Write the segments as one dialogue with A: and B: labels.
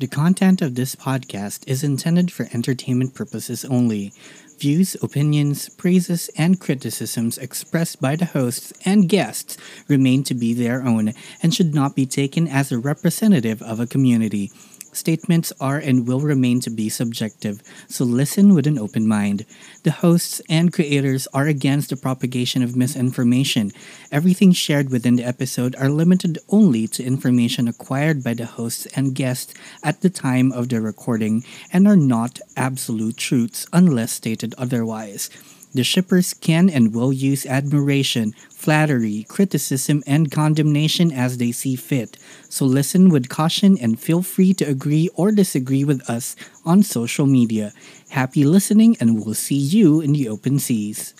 A: The content of this podcast is intended for entertainment purposes only. Views, opinions, praises, and criticisms expressed by the hosts and guests remain to be their own and should not be taken as a representative of a community. Statements are and will remain to be subjective, so listen with an open mind. The hosts and creators are against the propagation of misinformation. Everything shared within the episode are limited only to information acquired by the hosts and guests at the time of the recording and are not absolute truths unless stated otherwise. The shippers can and will use admiration, flattery, criticism, and condemnation as they see fit. So listen with caution and feel free to agree or disagree with us on social media. Happy listening, and we'll see you in the open seas.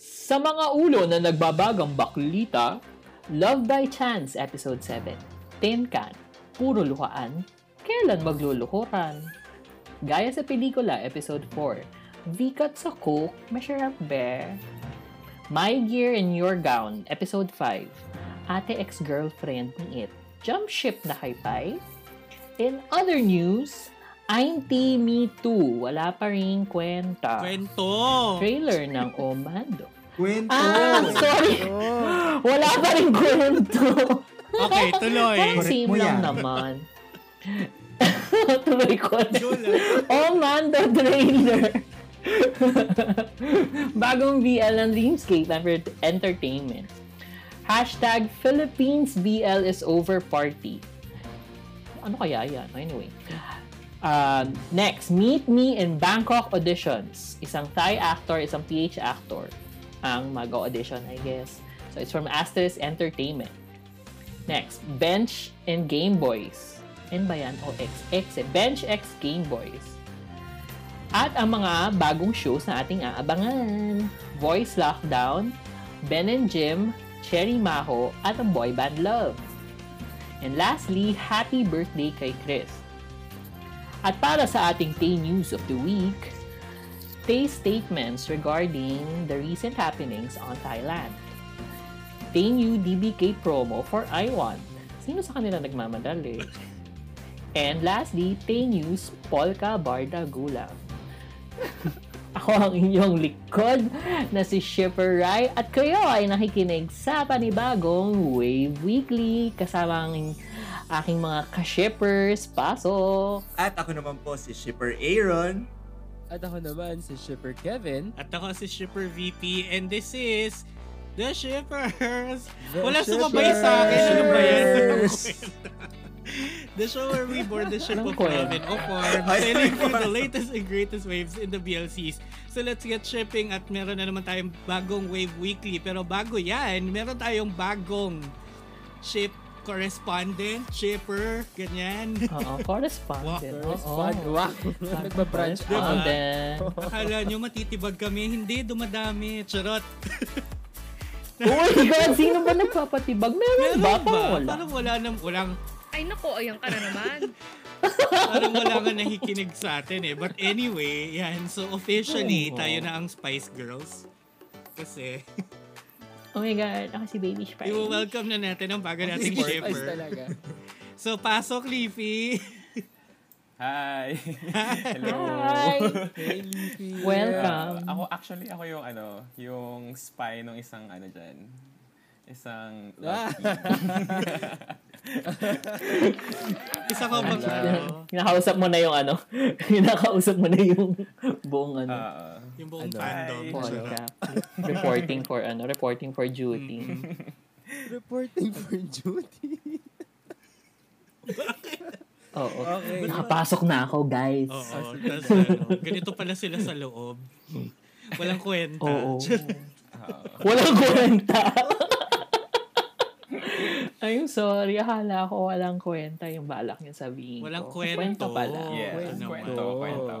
B: Sa mga ulo na nagbabagang baklita, Love by Chance Episode 7, Tin Can, Puro Luhaan, Kailan Magluluhuran? Gaya sa pelikula Episode 4, Vikat sa Coke, Masarap Bear. My Gear in Your Gown Episode 5, Ate Ex-Girlfriend ni It, Jump Ship na kay Pai. In other news, I'm T Me Too, wala pa rin kwenta.
C: Kwento!
B: Trailer ng Omando.
D: Kwento!
B: Ah, sorry. Wala pa rin kwento.
C: Okay, tuloy.
B: Parang
D: Correct
B: same
D: mo
B: lang
D: yan.
B: naman. tuloy ko.
C: Yun lang.
B: Omando trailer. Bagong BL ng Dreamscape Enter- Entertainment. Hashtag Philippines BL is over party. Ano kaya yan? Anyway. Um, next, Meet Me in Bangkok Auditions. Isang Thai actor, isang PH actor ang mag-audition, I guess. So, it's from Asterisk Entertainment. Next, Bench and Game Boys. N ba yan? O X? X eh. Bench X Game Boys. At ang mga bagong shows na ating aabangan. Voice Lockdown, Ben and Jim, Cherry Maho, at ang boy band Love. And lastly, happy birthday kay Chris. At para sa ating Tay News of the Week, Tay statements regarding the recent happenings on Thailand. Tay new DBK promo for iWant. Sino sa kanila nagmamadali? And lastly, Tay News Polka Barda Gulang. Ako ang inyong likod na si Shipper Rai at kayo ay nakikinig sa panibagong Wave Weekly kasama ang aking mga ka-shippers. Pasok!
D: At ako naman po si Shipper Aaron.
E: At ako naman si Shipper Kevin.
C: At ako si Shipper VP and this is The Shippers!
E: The
C: Wala sumabay sa akin. Ano ba yan? the show where we board the ship
B: Anong
C: of
B: kwento?
C: love and of form,
D: Ay,
C: sailing
D: sorry,
C: through the
D: Mark.
C: latest and greatest waves in the BLCs. So let's get shipping at meron na naman tayong bagong wave weekly. Pero bago yan, meron tayong bagong ship correspondent, shipper, ganyan.
B: Oo, correspondent.
C: Wow.
B: Oo.
E: Fun. Wow. Nagbabranch out.
B: Correspondent.
C: Akala nyo matitibag kami, hindi dumadami. Charot.
B: Oh my God, sino ba nagpapatibag? Meron ba? Parang wala.
C: Ano Parang wala nam, walang,
F: Ay nako, ayan ka na naman.
C: parang wala nga nakikinig sa atin eh. But anyway, yan. So officially,
B: Oo.
C: tayo na ang Spice Girls. Kasi,
B: Oh my God, ako si Baby Spice.
C: i-welcome na natin ang bago nating
E: Ice
C: shipper.
E: talaga.
C: So pasok, Leafy.
G: Hi! Hello!
B: Hi!
E: Hey,
G: Uh,
E: Leafy.
B: Welcome.
G: ako, actually, ako yung ano, yung spy nung isang ano dyan. Isang
E: Ah.
G: love team.
C: Isa ka bang ano,
B: Kinakausap mo na yung ano. Kinakausap mo na yung buong ano.
G: Ah,
C: yung buong
E: Ano?
C: fandom.
G: Ay.
C: Charot.
B: Podcast. reporting for ano, reporting for duty.
C: Mm.
E: Reporting for duty.
B: Oo.
E: Okay.
B: Nakapasok na ako, guys.
C: Oo. tas ano, ganito pala sila sa loob. Walang kwenta.
B: Oo.
G: ah.
B: Walang kwenta. I'm sorry, akala ko walang kwenta yung balak niya sabihin
C: Walang
B: ko.
C: kwento.
B: pala.
G: yes,
C: Ano
G: kwento,
E: man.
G: kwento.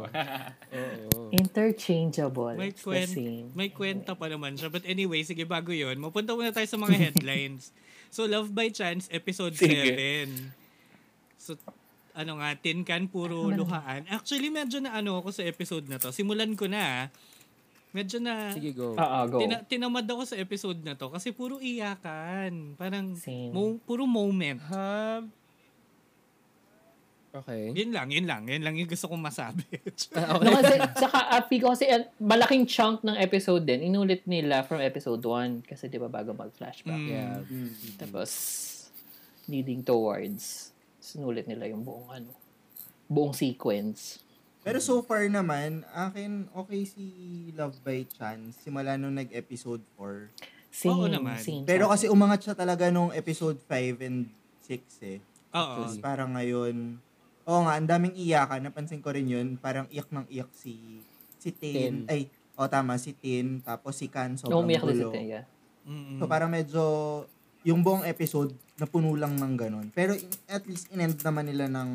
E: Oo.
B: Interchangeable.
C: May,
B: It's the same.
C: kwen- may kwenta pa naman siya. But anyway, sige, bago yun, mapunta muna tayo sa mga headlines. so, Love by Chance, episode
B: Sige.
C: 7. So, ano nga, tin can, puro luhaan. Actually, medyo na ano ako sa episode na to. Simulan ko na. ah. Medyo na...
E: Sige,
B: Oo,
E: go.
B: Ah, go.
C: Tina- tinamad ako sa episode na to kasi puro iyakan. Parang
B: Same.
C: mo- puro moment.
E: Um, Okay.
C: Yun lang, yun lang. Yun lang yung gusto kong masabi.
E: Ah,
B: No,
E: okay.
B: kasi, saka, uh, feel ko kasi uh, malaking chunk ng episode din, inulit nila from episode 1 kasi di ba bago
C: Mm.
B: mag-flashback.
E: Yeah.
B: Tapos, leading towards, sinulit nila yung buong ano, buong sequence.
D: Pero so far naman, akin okay si Love by Chance simula nung nag-episode 4.
B: Same,
C: Oo naman.
B: same.
D: Pero kasi oh, umangat siya talaga nung episode 5 and 6 eh.
C: Oo.
B: Ah.
D: Tapos parang ngayon, oo nga, ang daming iyakan. Napansin ko rin yun, parang iyak ng iyak si si
E: Tin.
D: Tin. Ay, o tama, si Tin. Tapos si Kan,
B: no,
D: sobrang
B: umiyak din si
D: gulo.
B: Taya.
C: Mm-mm.
D: So parang medyo yung buong episode napuno lang ng ganun. Pero in- at least in-end naman nila ng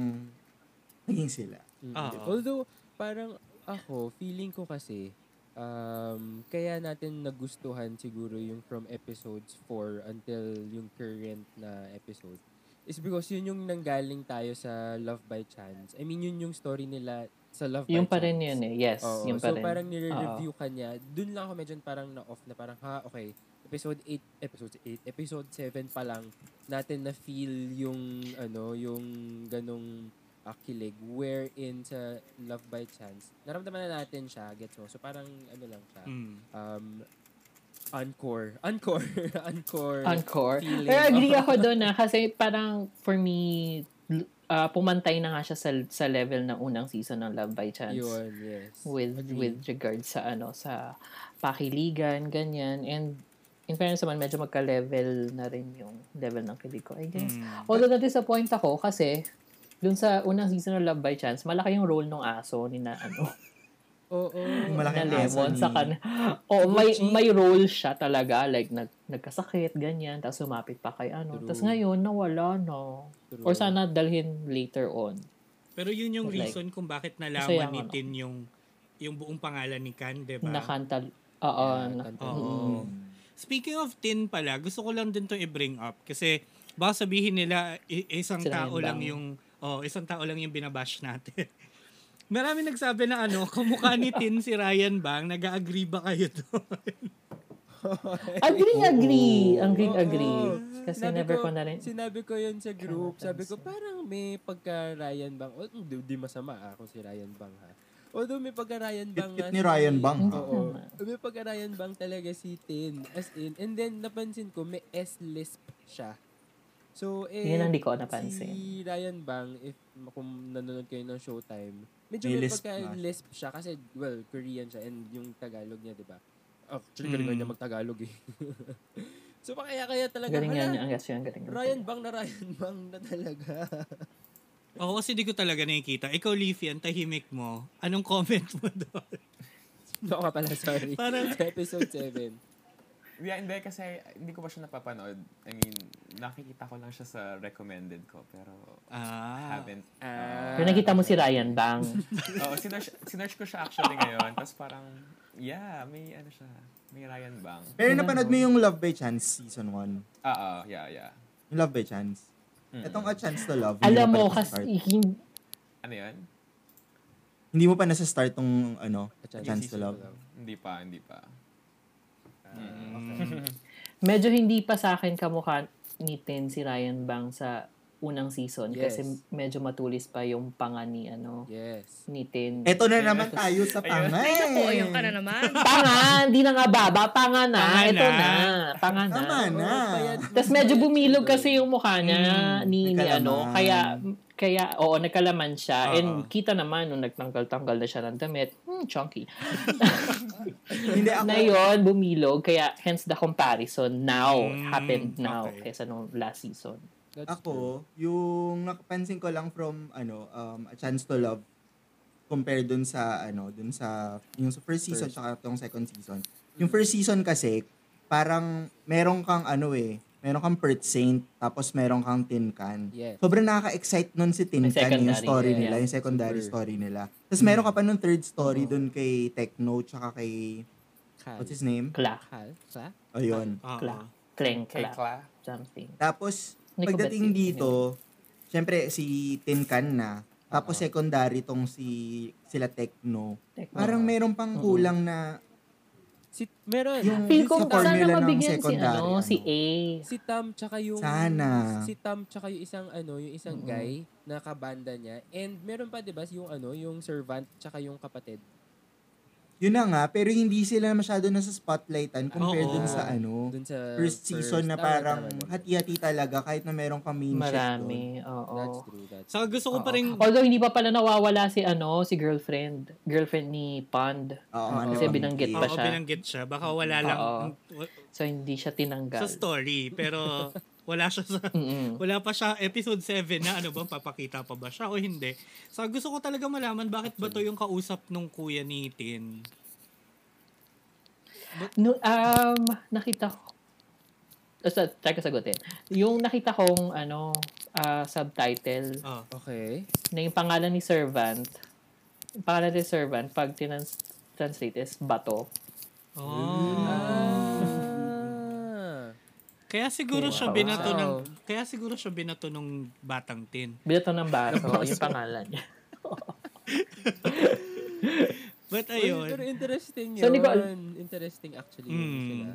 D: naging sila.
C: Oo.
E: Although, parang ako, feeling ko kasi, um, kaya natin nagustuhan siguro yung from episodes 4 until yung current na episode is because yun yung nanggaling tayo sa Love by Chance. I mean, yun yung story nila sa Love
B: Yung
E: by
B: pa
E: Chance.
B: rin yun eh. Yes,
E: Oo,
B: yung
E: so
B: pa rin.
E: parang nire-review ka niya. Doon lang ako medyo parang na-off na parang, ha, okay, episode 8, episode 8, episode 7 pa lang natin na-feel yung, ano, yung ganong akilig wherein sa Love by Chance, naramdaman na natin siya, gets mo? So parang, ano lang siya,
C: Mm.
E: um, encore, encore, encore.
B: Encore.
E: feeling.
B: Pero agree ako doon na kasi parang for me, l- ah, pumantay na nga siya sa, sa level ng unang season ng Love by Chance.
E: Yun, yes.
B: With
E: Agree.
B: with regard sa ano, sa pakiligan, ganyan. And in fairness naman, medyo magka-level na rin yung level ng kilig ko, I guess.
E: Mm.
B: Although na-disappoint ako kasi dun sa unang season ng Love by Chance, malaki yung role ng aso ni na ano.
E: Oo.
B: na
D: Malaki ang aso
B: lemon
D: ni-
B: sa kan. Oh, may
E: Gucci.
B: may role siya talaga like nag, nagkasakit ganyan tapos sumapit pa kay ano.
E: True.
B: Tapos ngayon nawala na.
E: True.
B: Or sana dalhin later on.
C: Pero yun yung
B: Like,
C: reason kung bakit
B: masaya
C: nalaman ni
B: ako, no?
C: Tin yung yung buong pangalan ni diba? Kan, di
E: Diba?
C: ba?
B: Nakanta Oo.
E: Yeah,
B: na-
E: kanta.
C: Oo. Speaking of Tin pala, gusto ko lang din to i-bring up kasi baka sabihin nila i- isang
B: Sila
C: tao
B: yung
C: lang
B: bang.
C: yung oh, isang tao lang yung binabash natin. Marami nagsabi na ano, kamukha ni Tin si Ryan Bang, nag-agree ba kayo doon?
B: Agree, agree. Agree,
E: Oo.
B: agree. Kasi
E: Sinabi
B: never ko na rin.
E: Sinabi ko yun sa group.
B: Kaya
E: Sabi ko,
B: napansin.
E: parang may pagka Ryan Bang. Oh, di, di masama ah, kung si Ryan Bang ha. Although may pagka Ryan Bang
D: Kit-kit
E: nga
D: ni
E: si-
D: Ryan Bang, ha?
E: Oo. May pagka Ryan Bang talaga si Tin. As in. And then napansin ko, may S-lisp siya. So, eh,
B: Yun ang di ko napansin.
E: Si Ryan Bang, if kung nanonood kayo ng Showtime, medyo may,
D: May lisp
E: pagka
D: na.
E: lisp siya kasi, well, Korean siya and yung Tagalog niya, di ba? Oh, Actually, galingan
C: Mm.
E: niya mag-Tagalog eh. so, pa- kaya kaya talaga,
B: Galing
E: hala,
B: yan ang gas yan. Galing.
E: Ryan Bang na Ryan Bang na talaga.
C: Oo, kasi di ko talaga nakikita. Ikaw, Leafy, ang tahimik mo. Anong comment mo doon?
E: Ako nga pala, sorry.
C: Parang-
E: Sa episode 7.
G: Yeah, hindi kasi hindi ko pa siya napapanood. I mean, nakikita ko lang siya sa recommended ko pero
C: Ah.
G: haven't.
E: Ah.
B: Pero nakita mo si Ryan Bang.
G: Oo, sinerch, sinerch ko siya actually ngayon. Tapos parang, yeah, may ano siya. May Ryan Bang.
D: Pero napanood mo yung Love by Chance season 1.
G: Oo, yeah, yeah.
D: Yung Love by Chance.
G: Mm.
D: Itong A Chance to Love. hindi
B: Alam
D: pa
B: mo,
D: nasa-start.
B: kasi hin-
G: Ano yun?
D: Hindi mo pa nasa start tong ano, A Chance, to Love.
G: Hindi pa, hindi pa.
B: medyo hindi pa sa akin kamukha ni Tin si Ryan Bang sa unang season
E: Yes.
B: kasi medyo matulis pa yung panga ni ano.
E: Yes.
B: ni Tin.
D: Ito na naman tayo sa pangay.
F: Ay, naku, ayan ka na naman.
B: Panga! Hindi na nga baba. Panga na.
C: Panga
B: Ito
C: na.
B: na. Panga na.
D: Tama
E: Oh,
D: na.
B: Tapos medyo bumilog kasi yung mukha niya ni, ni
D: nagkalaman.
B: ano. Kaya, kaya, oo, nagkalaman siya.
C: Oo.
B: And kita naman, nung nagtanggal-tanggal na siya ng damit, hmm, chunky.
D: Hindi ako.
B: na yon bumilog. Kaya, hence the comparison now.
C: Mm,
B: happened now.
C: okay.
B: Kesa nung last season.
E: That's true.
D: Ako, yung nakapansin ko lang from ano, um, A Chance to Love compared dun sa ano, dun sa yung sa first season tsaka tong second season. Yung first season kasi parang meron kang ano eh, meron kang Perth Saint tapos meron kang Tin Can.
E: Yes.
D: Sobrang nakaka-excite nun si Tin
B: Yung
D: Can
B: secondary,
D: yung story
B: yeah.
D: nila, yung secondary
E: Super.
D: story nila. Tapos meron ka pa nung third story dun kay Techno tsaka kay
E: Kal.
D: what's his name?
B: Kla.
E: Kal? Kla?
D: Ayun.
C: Oo.
B: Kla. Kleng.
G: Kay
B: Kla.
G: Kla.
B: Something.
D: Tapos,
B: Nico
D: pagdating
B: Betis.
D: dito, syempre si Tin Can na, tapos secondary tong si sila Techno.
B: Techno.
D: Parang meron pang kulang na
E: Si, meron.
D: Yung
B: Feel
E: Si
B: ko
D: sa
E: Tam-
B: sana
D: formula ng
B: mabigyan si,
D: secondary,
B: ano, si
D: ano.
B: A.
E: Si Tam tsaka yung
D: Sana.
E: si Tam tsaka yung isang ano, yung isang guy na kabanda niya. And meron pa 'di ba yung ano, yung servant tsaka yung kapatid.
D: Yun na nga, pero hindi sila masyado nasa spotlightan compared
C: Oo.
D: dun sa ano,
E: Dun sa Ah,
D: first season na
E: Tama,
D: parang
E: tama, tama.
D: hati-hati talaga kahit na merong pa main shift doon.
B: Marami, oo.
E: That's true, that's
C: Saka gusto ko pa rin,
B: Oo. Although hindi pa pala nawawala si ano, si girlfriend, girlfriend ni Pond.
D: Oo, ano nga,
B: Kasi
D: nabanggit.
B: binanggit pa
C: oo,
B: siya.
C: binanggit siya. Baka wala lang
B: Oo.
C: w-
B: So hindi siya tinanggal.
C: sa story, pero wala siya sa...
B: Mm-mm.
C: Wala pa siya episode 7 na ano bang papakita pa ba siya o hindi. Sa gusto ko talaga malaman bakit ba to yung kausap nung kuya ni Tin.
B: No, um, nakita ko. Basta, try ko sagutin. Yung nakita kong, ano, ah, subtitle
C: Oh.
E: Okay.
B: na yung pangalan ni Servant, yung pangalan ni Servant, pag tinranslate is Bato.
E: Hmm.
C: Oh.
E: Ah.
C: Kaya siguro siya
B: Wow.
C: binato ng
E: Wow.
C: kaya siguro siya binato nung batang Tin.
B: Binato ng Bato, yung pangalan niya.
C: But
E: Ayun. Pero
C: ayun.
E: interesting yun.
B: So, hindi ko al-
E: interesting actually.
C: Mm.
E: Sila.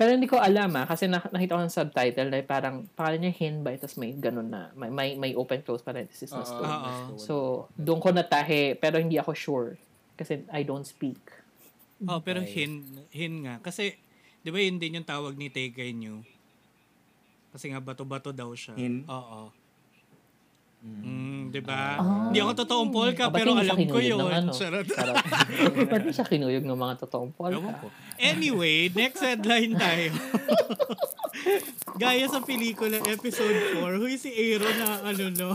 B: Pero hindi ko alam ah, kasi na- nakita ko ng subtitle na parang pangalan niya Hinbay, tapos may ganun na, may, may, may open-close parenthesis na
E: Oo.
B: story.
C: Oo.
B: So, doon ko natahe, pero hindi ako sure. Kasi I don't speak.
C: Oh, pero
E: Ayos.
C: hin hin nga kasi 'di ba yun din yung tawag ni Tegay New? Kasi nga bato-bato daw siya.
D: Hin?
C: Oo.
D: Mm.
C: Mm, 'di ba?
B: Ah.
C: Hindi ako totoong
B: Ah,
C: polka
B: ba't
C: pero
B: hindi siya
C: alam ko
B: kinuyog
C: yun.
B: ng ano?
C: Charot.
B: Charot. Ba't mo siya kinuyog ng mga totoong
C: Ewan
B: polka?
C: ko. Anyway, next headline tayo. Gaya sa pelikula episode 4, huy si Aaron na ano no.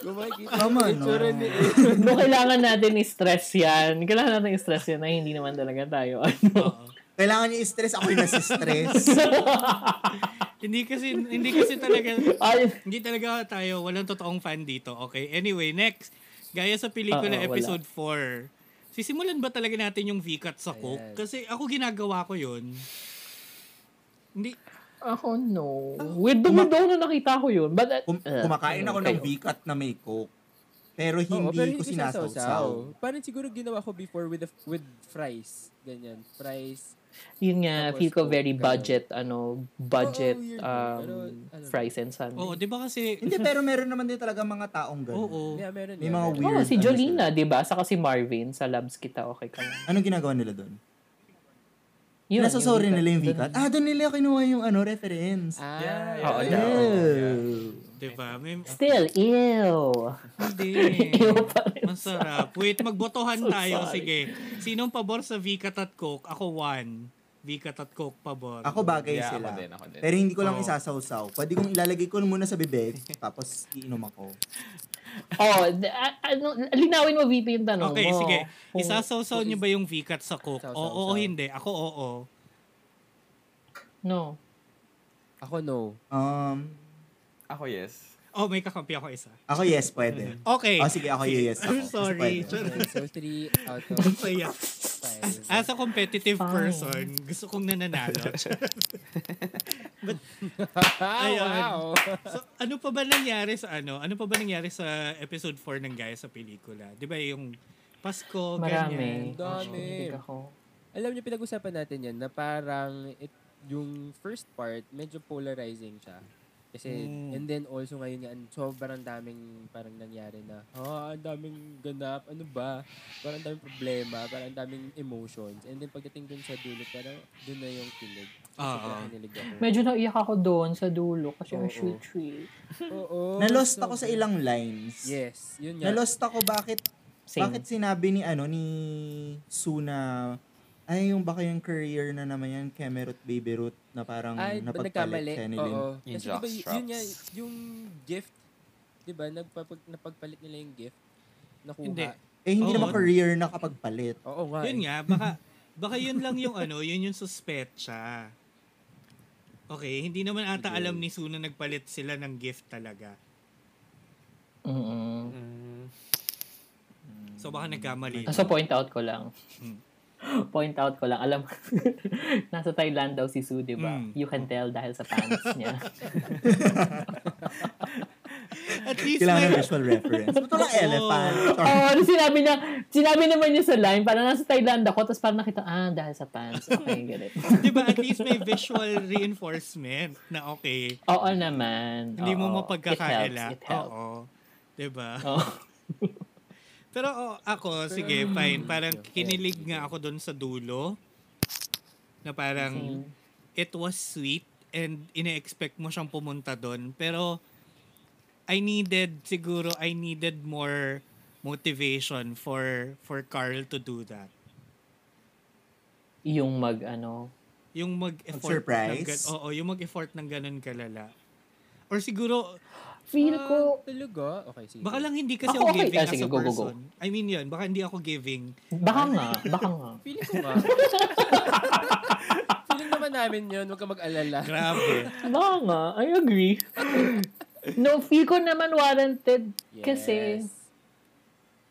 E: Gumakita
D: Tama,
E: yung itsura
D: no?
E: ni
B: no, kailangan natin i-stress yan. Kailangan natin i-stress yan na hindi naman talaga tayo. Ano.
D: Kailangan niya i-stress. Ako yung nasistress.
C: hindi kasi hindi kasi talaga
B: Ay,
C: hindi talaga tayo walang totoong fan dito. Okay. Anyway, next. Gaya sa pelikula
B: Oo, wala.
C: episode 4. Sisimulan ba talaga natin yung V-cut sa Coke?
E: Ayan.
C: Kasi ako ginagawa ko yun. Hindi,
B: ako no. With the window na nakita ko yun. But, uh,
D: Kum- kumakain ako ng V-cut na may coke. Pero hindi
E: Oo, pero
D: ko sinasawsaw.
E: sinasawsaw. Parang siguro ginawa ko before with the, with fries. Ganyan. Fries.
B: Yun nga,
E: Tapos
B: feel ko
E: Coke,
B: very
E: ganun.
B: budget, ano, budget
E: Oo, weird yun,
B: um,
E: pero, ano.
B: fries and sandwich.
C: oo, Oh, di ba kasi,
D: Hindi, pero meron naman din talaga mga taong gano'n.
C: oo.
E: Yeah, meron
D: May
E: yan,
D: mga
E: meron.
D: weird.
B: Oh, si
D: ano
B: Jolina, di ba? Saka si Marvin sa Labs Kita, okay ka lang.
D: sila. Anong ginagawa nila doon?
B: Yun,
D: Nasa sorry
B: V-cut.
D: nila yung
B: Dun-
D: V-cut. Ah, doon nila kinuha yung ano, reference.
E: Ah,
G: Yeah, yeah, oh,
B: Oo,
D: Ew.
B: yeah.
C: Di ba? Diba? May,
B: Still, ew.
C: hindi.
B: Ew pa rin.
C: Masarap. Wait, magbotohan
B: So
C: tayo.
B: sorry.
C: Sige. Sinong pabor sa V-cut at Coke? Ako one. V-cut at Coke pabor.
D: Ako bagay
G: Yeah,
D: sila.
G: ako din, ako din.
D: Pero hindi ko lang
C: Oo.
D: isasawsaw. Pwede kong ilalagay ko muna sa bibig, tapos iinom ako.
B: Oh, d- a- ano, linawin mo, VP, yung tanong
C: Okay,
B: mo. Oh,
C: sige.
B: Kung-
C: Isasawsaw
E: kung
C: niyo
E: is-
C: ba yung V-cut sa Coke?
E: Sawsaw,
C: Oo o
E: sawsaw.
C: hindi? Ako oo.
B: No.
E: Ako no.
D: Um,
G: Ako yes.
C: Oh, may kakampi ako isa.
D: ako yes, pwede.
C: Okay.
D: Oh, sige, ako yes ako.
C: I'm sorry.
D: Kasi
E: Okay, so, three out of
C: Saya.
E: five.
C: As a competitive
B: Fine.
C: person, gusto kong nananalo.
E: Ah,
C: ayun.
E: wow.
C: so, ano pa ba nangyari sa ano? Ano pa ba nangyari sa episode 4 ng Gaya sa pelikula? 'Di ba yung
A: Oh,
C: Pasko,
B: Marami.
C: ganyan.
E: Dami.
B: Hindi ako.
E: Alam niyo, pinag-usapan natin yan na parang it, yung first part, medyo polarizing siya. Kasi,
D: Hmm.
C: Mm.
E: and then also ngayon yan, sobrang daming parang nangyari na, ha, ang daming ganap, ano ba? Parang ang daming problema, parang ang daming emotions. And then pagdating dun sa dulo, parang dun na yung kilig.
D: Ah,
C: Oo.
E: Sobrang kinilig ako.
B: Medyo naiyak ako doon sa dulo kasi ang
E: Oo.
B: sweet-sweet.
E: Oo.
D: Nalost
E: so-
D: ako sa ilang lines.
E: Yes, yun nga.
D: Nalost ako bakit
B: Same.
D: Bakit sinabi ni ano ni Suna ay yung baka yung career na naman yan Kemerut Baby Ruth na parang
E: Ay, ba
D: napagpalit
E: nagkamali?
D: siya ni Lin.
E: Oo.
G: Yung
E: Kasi diba,
G: jockstraps.
E: yun nga, yung gift, diba, nagpapag, napagpalit nila yung gift, nakuha.
C: Hindi.
D: Eh hindi
C: Oo.
D: naman career na kapag palit.
E: Oo nga. eh.
C: Yun nga, baka baka yun lang yung ano, yun yung suspecha. Okay, hindi naman ata alam ni Suna nagpalit sila ng gift talaga.
B: Mm-mm. Mm.
C: So baka nagkamali.
B: So, point out ko lang.
C: Mm.
B: point out ko lang. Alam, nasa Thailand daw si Sue, di ba?
C: Mm.
B: You can tell dahil sa pants niya.
C: At least
D: Kailangan ng
C: may...
D: visual reference. Ba't walang elephant? Char.
B: Oo, ano sinabi niya, sinabi naman niya sa line, parang nasa Thailand ako, tapos parang nakita, ah, dahil sa pants. Okay, ganit.
C: Di ba, at least may visual reinforcement na okay.
B: Oo naman.
C: Hindi
B: Oo.
C: mo mapagkakaila.
B: It helps, it helps.
C: Oo. Di ba?
B: Oo.
C: Pero oh, ako, sige, fine. Parang kinilig nga ako doon sa dulo. Na parang, it was sweet and ine-expect mo siyang pumunta doon. Pero, I needed, siguro, I needed more motivation for for Carl to do that.
B: Yung mag, ano,
C: Yung mag-effort. ng
D: Mag-surprise?
C: gan- Oo, yung mag-effort ng ganun kalala. Or siguro,
B: feel ko,
E: Talaga? Ah, Okay, sige.
C: baka lang hindi kasi
B: Ako
C: ako
B: okay.
C: giving
B: Ah,
C: as
B: sige,
C: a
B: go, go, go.
C: person. I mean yun, baka hindi ako giving.
B: baka nga, baka nga.
E: Feeling ko nga. Feeling naman namin yun. Huwag ka mag-alala.
C: Grabe.
B: Baka nga, I agree. no, feel ko naman warranted. Kasi,
E: Yes.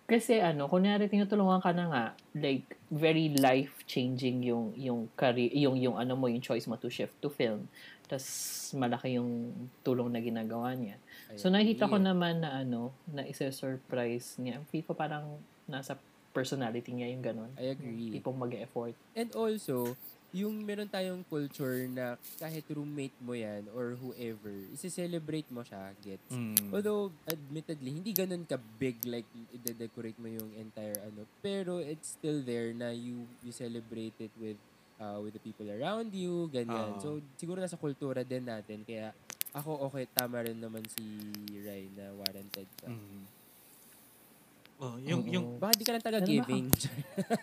B: kasi ano, kunyari tinutulungan ka na nga, like, very life-changing yung, yung, career, yung, yung ano mo, yung choice mo to shift to film. Tapos, malaki yung tulong na ginagawa niya. So, nakita ko naman na ano, na isa-surprise niya. Feel ko parang nasa personality niya yung ganun.
E: I agree.
B: Tipong mag-effort.
E: And also, yung meron tayong culture na kahit roommate mo yan or whoever, isi-celebrate mo siya, gets?
C: Mm.
E: Although, admittedly, hindi ganun ka-big like i-decorate mo yung entire ano. Pero it's still there na you you celebrate it with uh, with the people around you, ganyan.
C: Oo.
E: So, siguro nasa kultura din natin. Kaya, ako okay, tama rin naman si Rai na warranted ka.
C: Mm. Oh, yung yung
E: Baka di ka lang taga-giving.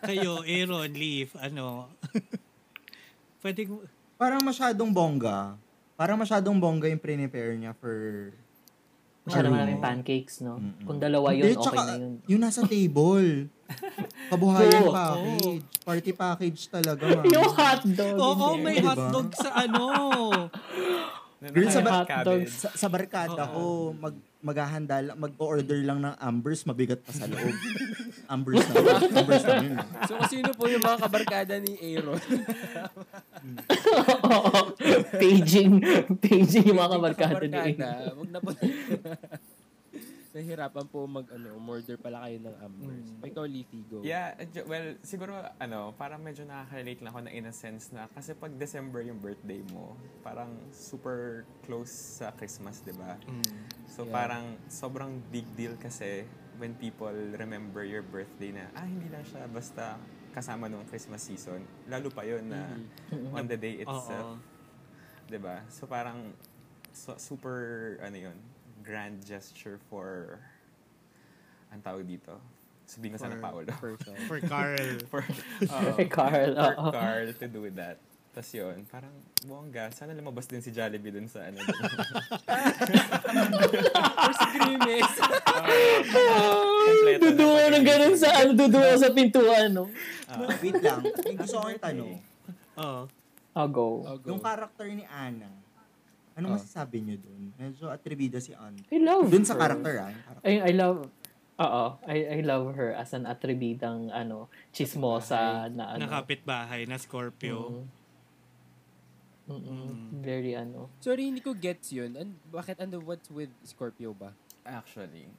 C: kayo Aaron Leaf ano. Pwede ko
D: Parang masyadong bongga. Parang masyadong bongga yung prepare niya for...
B: Masyado
D: True.
B: maraming pancakes, no?
D: Mm-mm.
B: Kung dalawa yun,
D: Hindi,
B: okay
D: tsaka,
B: na yun.
D: Yung nasa table. Kabuhayan
B: Oo,
D: package. Party package talaga, man.
B: Yung hotdog.
C: Oo,
B: in
C: may
B: there.
D: Diba?
C: hotdog sa ano.
D: Girl, sa
B: ba-
G: Cabbage.
D: Sa, sa barkada ko, mag, maghahanda lang, mag-order lang ng Ambers, mabigat pa sa loob. Ambers na yun. Ambers na yun.
E: so, kung sino po yung mga kabarkada ni Aaron?
B: Oo. paging. Paging yung mga kabarkada ni
E: Kabarkada, Wag na po. Nahirapan po mag ano, murder pala kayo ng Ambers.
B: Hmm.
E: Ikaw, Leafy, go.
G: Yeah, adyo- well, siguro, ano, parang medyo nakaka-relate lang ako na in a sense na kasi pag December yung birthday mo, parang super close sa Christmas, di ba?
C: Mm,
G: So
E: Yeah.
G: parang sobrang big deal kasi when people remember your birthday na, ah, hindi lang siya basta kasama nung Christmas season. Lalo pa yon na on the day
C: Oo.
G: itself. 'di ba? So parang so- super ano 'yun, grand gesture for ang tawag dito. Sabihin ko sana
C: For-
G: Paolo. For,
E: Person.
C: For Carl.
G: oo,
B: Kay Carl,
G: for
B: oo.
G: Carl to do that. Tapos yun, parang bongga. Sana lumabas din si Jollibee dun sa ano. dun.
E: First grimace.
G: Kompleto na
B: Duduwa
G: pag-
B: ng ganun sa, ano, duduwa sa pintuan, no?
D: Ah, Wait lang. May gusto akong tanong.
C: Oo.
B: I'll go.
E: Oh, go.
D: Yung character ni Ana, ano
E: Ah.
D: masasabi niyo dun? Medyo atribida si Ana.
B: I love
D: Dun sa
B: her.
D: character, ah. yung character.
B: Ay, I love, oo, I, I love her as an atribidang, ano, chismosa na, ano.
C: Na kapitbahay na Scorpio.
B: Mm. Mm-mm. Very, ano.
E: Sorry, hindi ko gets yun. And, bakit, ano, what's with Scorpio ba?
G: Actually.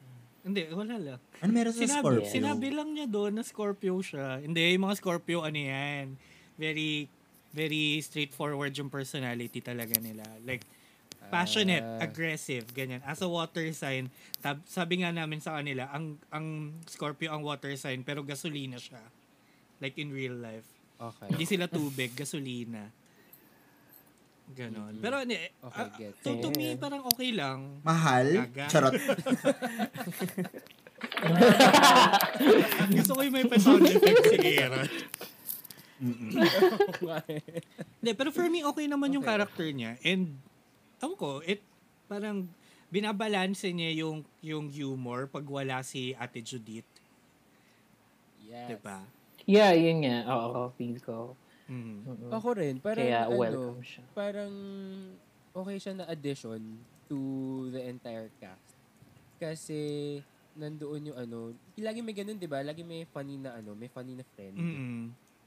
C: Hindi, wala lang.
D: Ano meron sa
C: Sinabi,
D: Scorpio?
C: sinabi lang niya doon na Scorpio siya. Hindi, yung mga Scorpio ano yan. Very very straightforward yung personality talaga nila. Like passionate,
E: Ah.
C: aggressive, ganyan. As a water sign, tab- sabi nga namin sa kanila, ang ang Scorpio ang water sign pero gasolina siya. Like in real life. Hindi
E: Okay.
C: sila tubig, gasolina. Ganon. Pero ni-
E: Okay,
C: ah,
E: gets.
C: to, to me, parang okay lang.
D: Mahal?
C: Gaga.
D: Charot.
C: Gusto ko yung may pa-sound effect si Aaron. Hindi, pero for me, okay naman yung
E: Okay.
C: character niya. And, alam ko, it, parang, binabalanse niya yung, yung humor pag wala si Ate Judith.
E: yes.
C: Diba?
B: Yeah, yun nga. Oo, feel ko.
C: Mm.
B: Mm-mm.
E: Ako rin, parang,
B: Kaya,
E: ano,
B: welcome siya.
E: parang okay siya na addition to the entire cast. Kasi nandoon yung ano, lagi may ganun, 'di ba? Lagi may funny na ano, may funny na friend
C: Mm.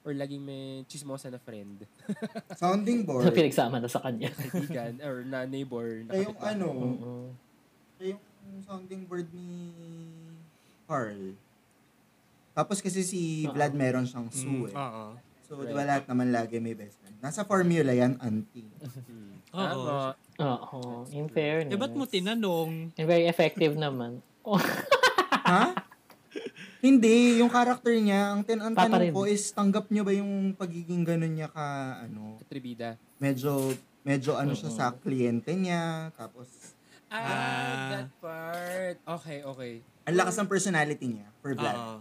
E: or lagi may chismosa na friend,
D: Sounding board.
B: So, pinagsama na sa kanya.
E: kaibigan or na neighbor na
D: Ay, Eh, yung
E: kapitbahay.
D: ano,
B: Mm-mm.
D: ay, yung sounding board ni Carl. Tapos kasi si Vlad meron siyang Sue eh.
C: Mm, Oo.
D: So, di ba lahat naman lagi may best friend? Nasa formula yan, auntie. ano?
C: Oo.
E: Tama.
B: Oo, in fairness.
C: Eh, ba't mo tinanong?
B: And very effective naman. Oh,
D: ha? Hindi, yung character niya, ang, tin- ang
B: Papa rin.
D: tanong ko is, tanggap niyo ba yung pagiging ganun niya ka, ano,
E: Atribida.
D: medyo, medyo ano siya sa kliyente niya, tapos,
E: Ah,
C: Ah.
E: that part. Okay, okay.
D: ang lakas ng personality niya for Vlad.
C: Oo.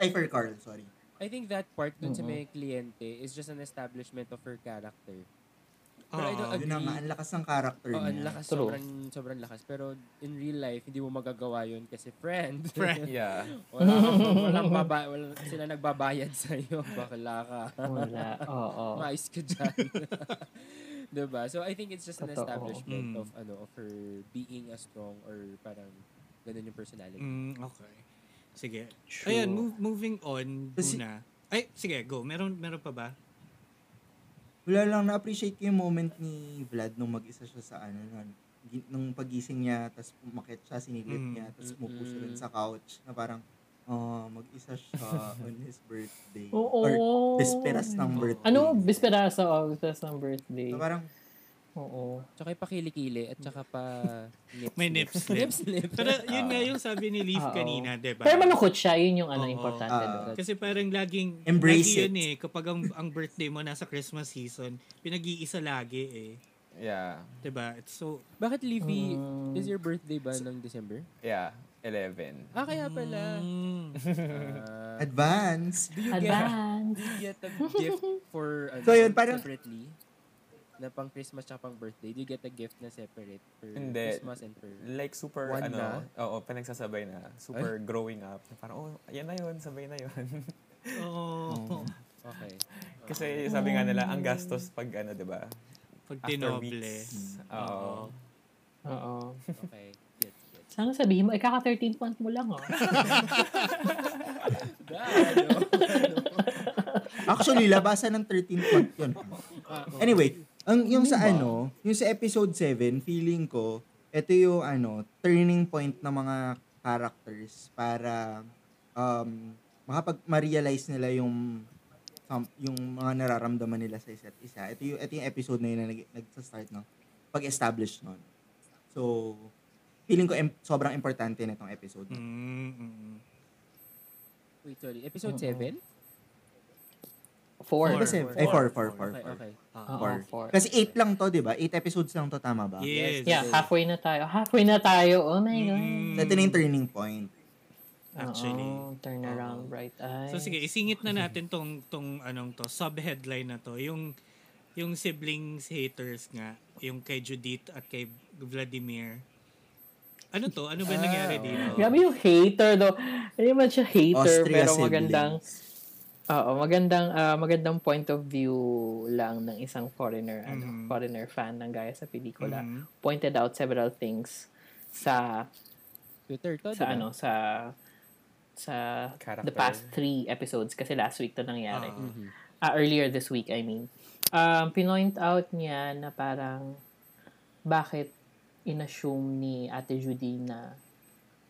D: Ay, for Carl, sorry.
E: I think that part dun sa may kliyente is just an establishment of her character. Pero I don't
C: Oo.
E: agree.
D: Yun na nga, ang lakas ng character
E: Oh,
D: niya.
E: Mm-hmm. ang lakas,
B: True.
E: sobrang, sobrang lakas. Pero in real life, hindi mo magagawa yun kasi friend.
C: Friend.
G: Yeah.
E: Wala, walang baba, wala, sila nagbabayad sa'yo. Bakla ka.
B: wala. Oo.
E: Mais ka dyan. diba? So I think it's just an
B: Totoo.
C: Mm.
E: establishment of ano of her being a strong or parang ganun yung personality.
C: Mm, okay. Sige.
B: Sure.
C: Ayan, move, moving on
D: Kasi-
C: muna. Ay, sige, go. Meron, meron pa ba?
D: Wala lang, na-appreciate ko yung moment ni Vlad nung mag-isa siya sa ano nun. Gi- Nung pagising niya, tapos umakit siya, sinilip
E: Mm-hmm.
C: Mm.
D: niya, tapos umupo siya dun
E: Mm-mm.
D: sa couch na parang, oh, mag-isa siya on his birthday.
B: Oo.
D: Or bisperas ng Diba? birthday.
B: Ano? Bisperas, oo. Bisperas ng birthday.
D: So parang,
B: Oo.
E: Tsaka yung pakilikili at tsaka pa nips.
C: May nip slip.
E: nips slip.
C: Pero yun nga yung sabi ni Leaf
B: Oo.
C: kanina, di ba?
B: Pero malungkot siya. Yun yung ano,
C: Oo.
B: importante
D: Ah.
B: doon.
C: Kasi parang laging, lagi
D: Embrace it.
C: yun eh. Kapag ang, ang birthday mo nasa Christmas season, pinag-iisa lagi eh.
G: Yeah.
C: Di ba? Diba? It's so,
E: Bakit Livy,
B: Mm.
E: is your birthday ba ng December?
G: Yeah. 11.
E: Ah, kaya pala.
C: Mm.
E: Ah,
D: advance.
E: do you get,
B: Advance.
E: do you get a gift for ano,
D: So, yun, parang-
E: separately? Na pang Christmas at pang birthday? Do you get a gift na separate for
G: Hindi.
E: Christmas and for...
G: Like super
E: One
G: ano,
E: na?
G: oo, panagsasabay na. Super growing up. Parang, oh, yan na yun, sabay na yun.
C: Oo.
E: Okay.
G: Kasi sabi nga nila, ang gastos pag ano, di ba?
C: Pag
G: After
C: tinoble.
G: weeks. Oo.
B: Oo.
E: Okay. Get, get.
B: Sana sabihin mo, ikaka-13 month mo lang, oh.
D: Actually, labasan ng 13th month yun. Anyway, ang yung sa ano, yung sa episode 7, feeling ko, ito yung ano, turning point ng mga characters para um, makapag ma-realize nila yung some- yung mga nararamdaman nila sa isa't isa. Ito yung, ito yung episode na yun na nag, nagsa-start ng pag-establish nun. So, feeling ko em- sobrang importante na itong episode. na to.
C: Mm, mm.
E: Wait, sorry. Episode 7?
B: Four.
D: Kasi, eh, four, four, four,
E: Okay,
D: four.
E: okay.
B: Oo,
D: Four.
B: four.
D: Kasi eight lang to, di ba? Eight episodes lang to, tama ba?
C: Yes.
B: Yeah, halfway na tayo. Halfway na tayo. Oh my God.
C: Mm.
D: So, ito na yung turning point.
C: Actually.
B: Oo, turn around, bright eyes.
C: So sige, isingit na natin tong tong anong to, sub-headline na to, yung yung siblings haters nga, yung kay Judith at kay Vladimir. Ano to? Ano ba nangyari dito?
B: Grabe yung hater, though. Hindi man siya hater,
D: Austria
B: pero
D: siblings.
B: magandang, oo, magandang, ah, magandang point of view lang ng isang foreigner, ano,
C: Mhm.
B: foreigner fan ng gaya sa pelikula.
C: Mhm.
B: Pointed out several things sa,
E: Twitter to,
B: sa
E: diba?
B: ano, sa, sa the
G: Character.
B: past three episodes kasi last week to nangyari.
C: Ah.
E: Mm-hmm.
C: Mhm.
B: Ah, earlier this week, I mean. Um, pinoint out niya na parang bakit inassume ni Ate Judy na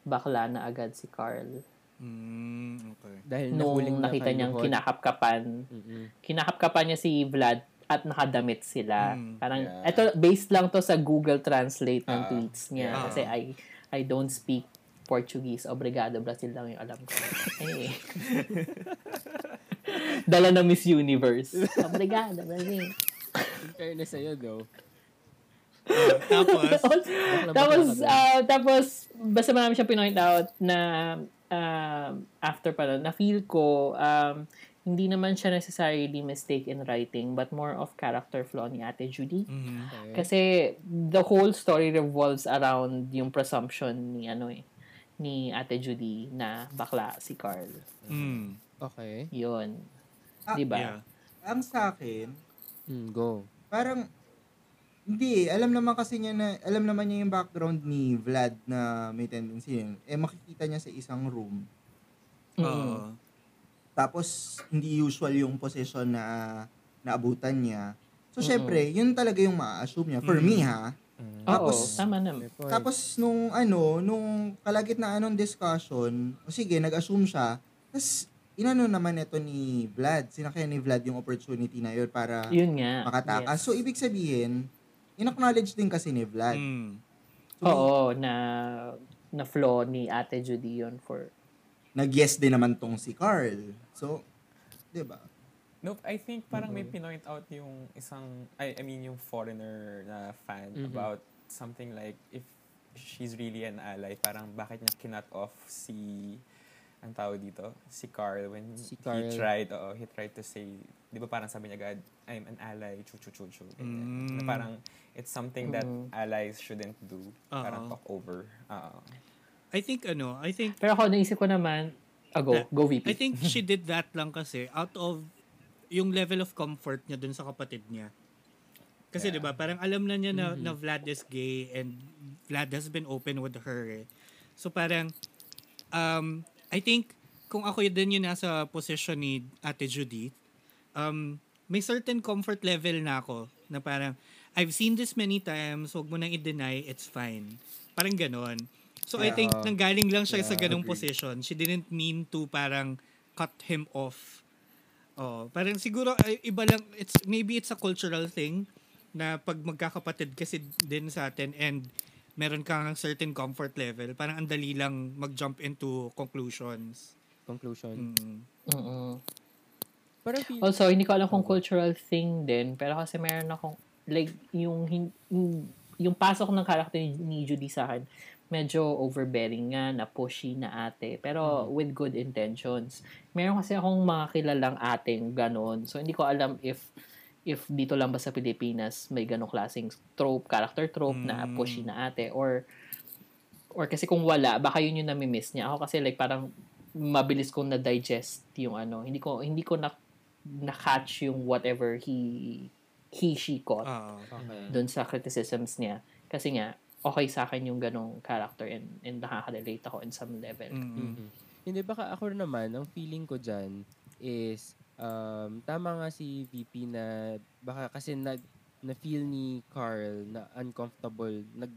B: bakla na agad si Carl.
C: Mm, okay.
E: Dahil nahuling
B: Nung
E: na
B: nakita
E: kay
B: niyang
E: Luhod.
B: kinakapkapan,
E: Mm-mm.
B: kinakapkapan niya si Vlad at nakadamit sila.
C: Mm,
B: parang,
G: Hmm, yeah.
B: eto, based lang to sa Google Translate ng
G: Ah,
B: tweets niya.
G: yeah.
B: Kasi I, I don't speak Portuguese. Obrigado, Brazil lang yung alam ko. Anyway. Dala ng Miss Universe. Obrigado, Brazil.
E: In fairness sa'yo, though.
C: Uh, Tapos,
B: tapos, tapos,
E: Bakla, bakla ka doon.
B: ah, tapos, basta marami siya pinoint out na um, after pala, na feel ko, um, hindi naman siya necessarily mistake in writing, but more of character flaw ni Ate Judy.
C: mm,
E: Okay.
B: Kasi the whole story revolves around yung presumption ni ano eh, ni Ate Judy na bakla si Carl.
C: mm,
E: Okay.
B: Yun. Diba?
D: Ah,
B: Di ba?
C: yeah.
D: Ang sa akin,
E: Mm, go.
D: parang hindi, eh. alam naman kasi niya na, alam naman niya yung background ni Vlad na may tendency yun. Eh, makikita niya sa isang room.
B: Mm.
E: Mm-hmm.
C: Oo.
D: Tapos, hindi usual yung position na naabutan niya. So, syempre, yun talaga yung maa-assume niya. For
C: Mm.
D: me, ha?
B: Oo,
D: Tapos-
B: tama naman.
E: May point.
D: Tapos nung ano, nung kalagitnaan ng discussion, o sige, nag-assume siya. Tapos inano naman ito ni Vlad, sinakyan ni Vlad yung opportunity na yun para
B: Yun nga.
D: makatakas.
B: Yes.
D: So ibig sabihin, in-acknowledge din kasi ni Vlad.
C: Mm.
D: So,
B: Oo, na na flaw ni Ate Judy yun for
D: Nag-yes din naman tong si Carl. So, 'di ba?
G: Nope, I think parang
E: Mm-hmm.
G: may pinoint out yung isang, I, I mean yung foreigner na fan
E: Mhm.
G: about something like if she's really an ally, parang bakit niya kinut off si, ang tawag dito, si Carl when
E: Si Carl.
G: he tried, oo, he tried to say, di ba parang sabi niya agad, I'm an ally, chu chu chu chu. ganyan. Na
C: Mm.
G: parang, it's something that
E: Mm-hmm.
B: Mhm.
G: allies shouldn't do. Parang
C: Oo.
E: Uh-uh.
G: talk over. Oo.
E: Mm-hmm.
C: I think ano, I think
B: Pero ako, naisip ko naman, ah, go,
C: Eh,
B: go VP.
C: I think she did that lang kasi out of yung level of comfort niya dun sa kapatid niya. Kasi
G: Yeah.
C: 'di ba, parang alam na niya
D: Mm-hmm.
C: na, na Vlad is gay and Vlad has been open with her. eh. So parang um I think kung ako din yung nasa position ni Ate Judy, um may certain comfort level na ako na parang I've seen this many times, wag mo nang i-deny, it's fine. Parang ganon. So I
D: Yeah.
C: think nanggaling lang siya
D: Yeah,
C: sa ganong
D: agree.
C: position. She didn't mean to parang cut him off. Oh, parang siguro ay, iba lang it's maybe it's a cultural thing na pag magkakapatid kasi din sa atin and meron kang certain comfort level, parang ang dali lang mag-jump into conclusions.
E: Conclusion.
C: Mm.
B: Mm-mm.
E: Parang feel,
B: Also, hindi ko alam kung cultural thing din, pero kasi meron akong, like, yung, hin- yung, yung pasok ng character ni- ni Judy sa akin, medyo overbearing nga, na pushy na ate, pero with good intentions. Meron kasi akong mga kilalang ating ganon, so hindi ko alam if if dito lang ba sa Pilipinas may ganong klaseng trope, character trope na
C: Mm.
B: pushy na ate, or or kasi kung wala, baka yun yung nami-miss niya. Ako kasi like parang mabilis kong na-digest yung ano. Hindi ko hindi ko na na-catch yung whatever he he she caught
C: Oo.
E: okay.
B: doon sa criticisms niya. Kasi nga okay sa akin yung ganong character and and nakaka-relate ako in some level.
E: Mm-hmm.
C: Mm.
E: Hindi, baka ako rin naman, ang feeling ko dyan is, um, tama nga si VP na, baka kasi nag, na-feel ni Carl na uncomfortable, nag,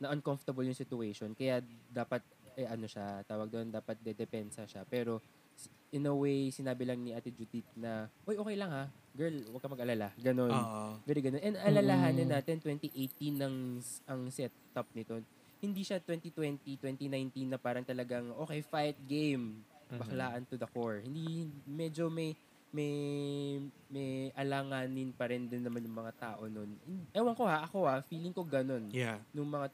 E: na uncomfortable yung situation. Kaya dapat, eh, ano siya, tawag doon, dapat dedepensa siya. Pero, s- in a way, sinabi lang ni Ate Judith na, Uy, okay lang ha, girl, huwag ka mag-alala. Ganon.
C: Oo.
E: Very ganun. And alalahanin natin, 2018 ng, ang setup nito. Hindi siya 2020, 2019 na parang talagang, okay, fight game. Baklaan to the core. Hindi, medyo may, may, may alanganin pa rin din naman yung mga tao nun. Ewan ko ha, ako ha, feeling ko ganun.
C: Yeah. Mm-hmm.
E: Nung mga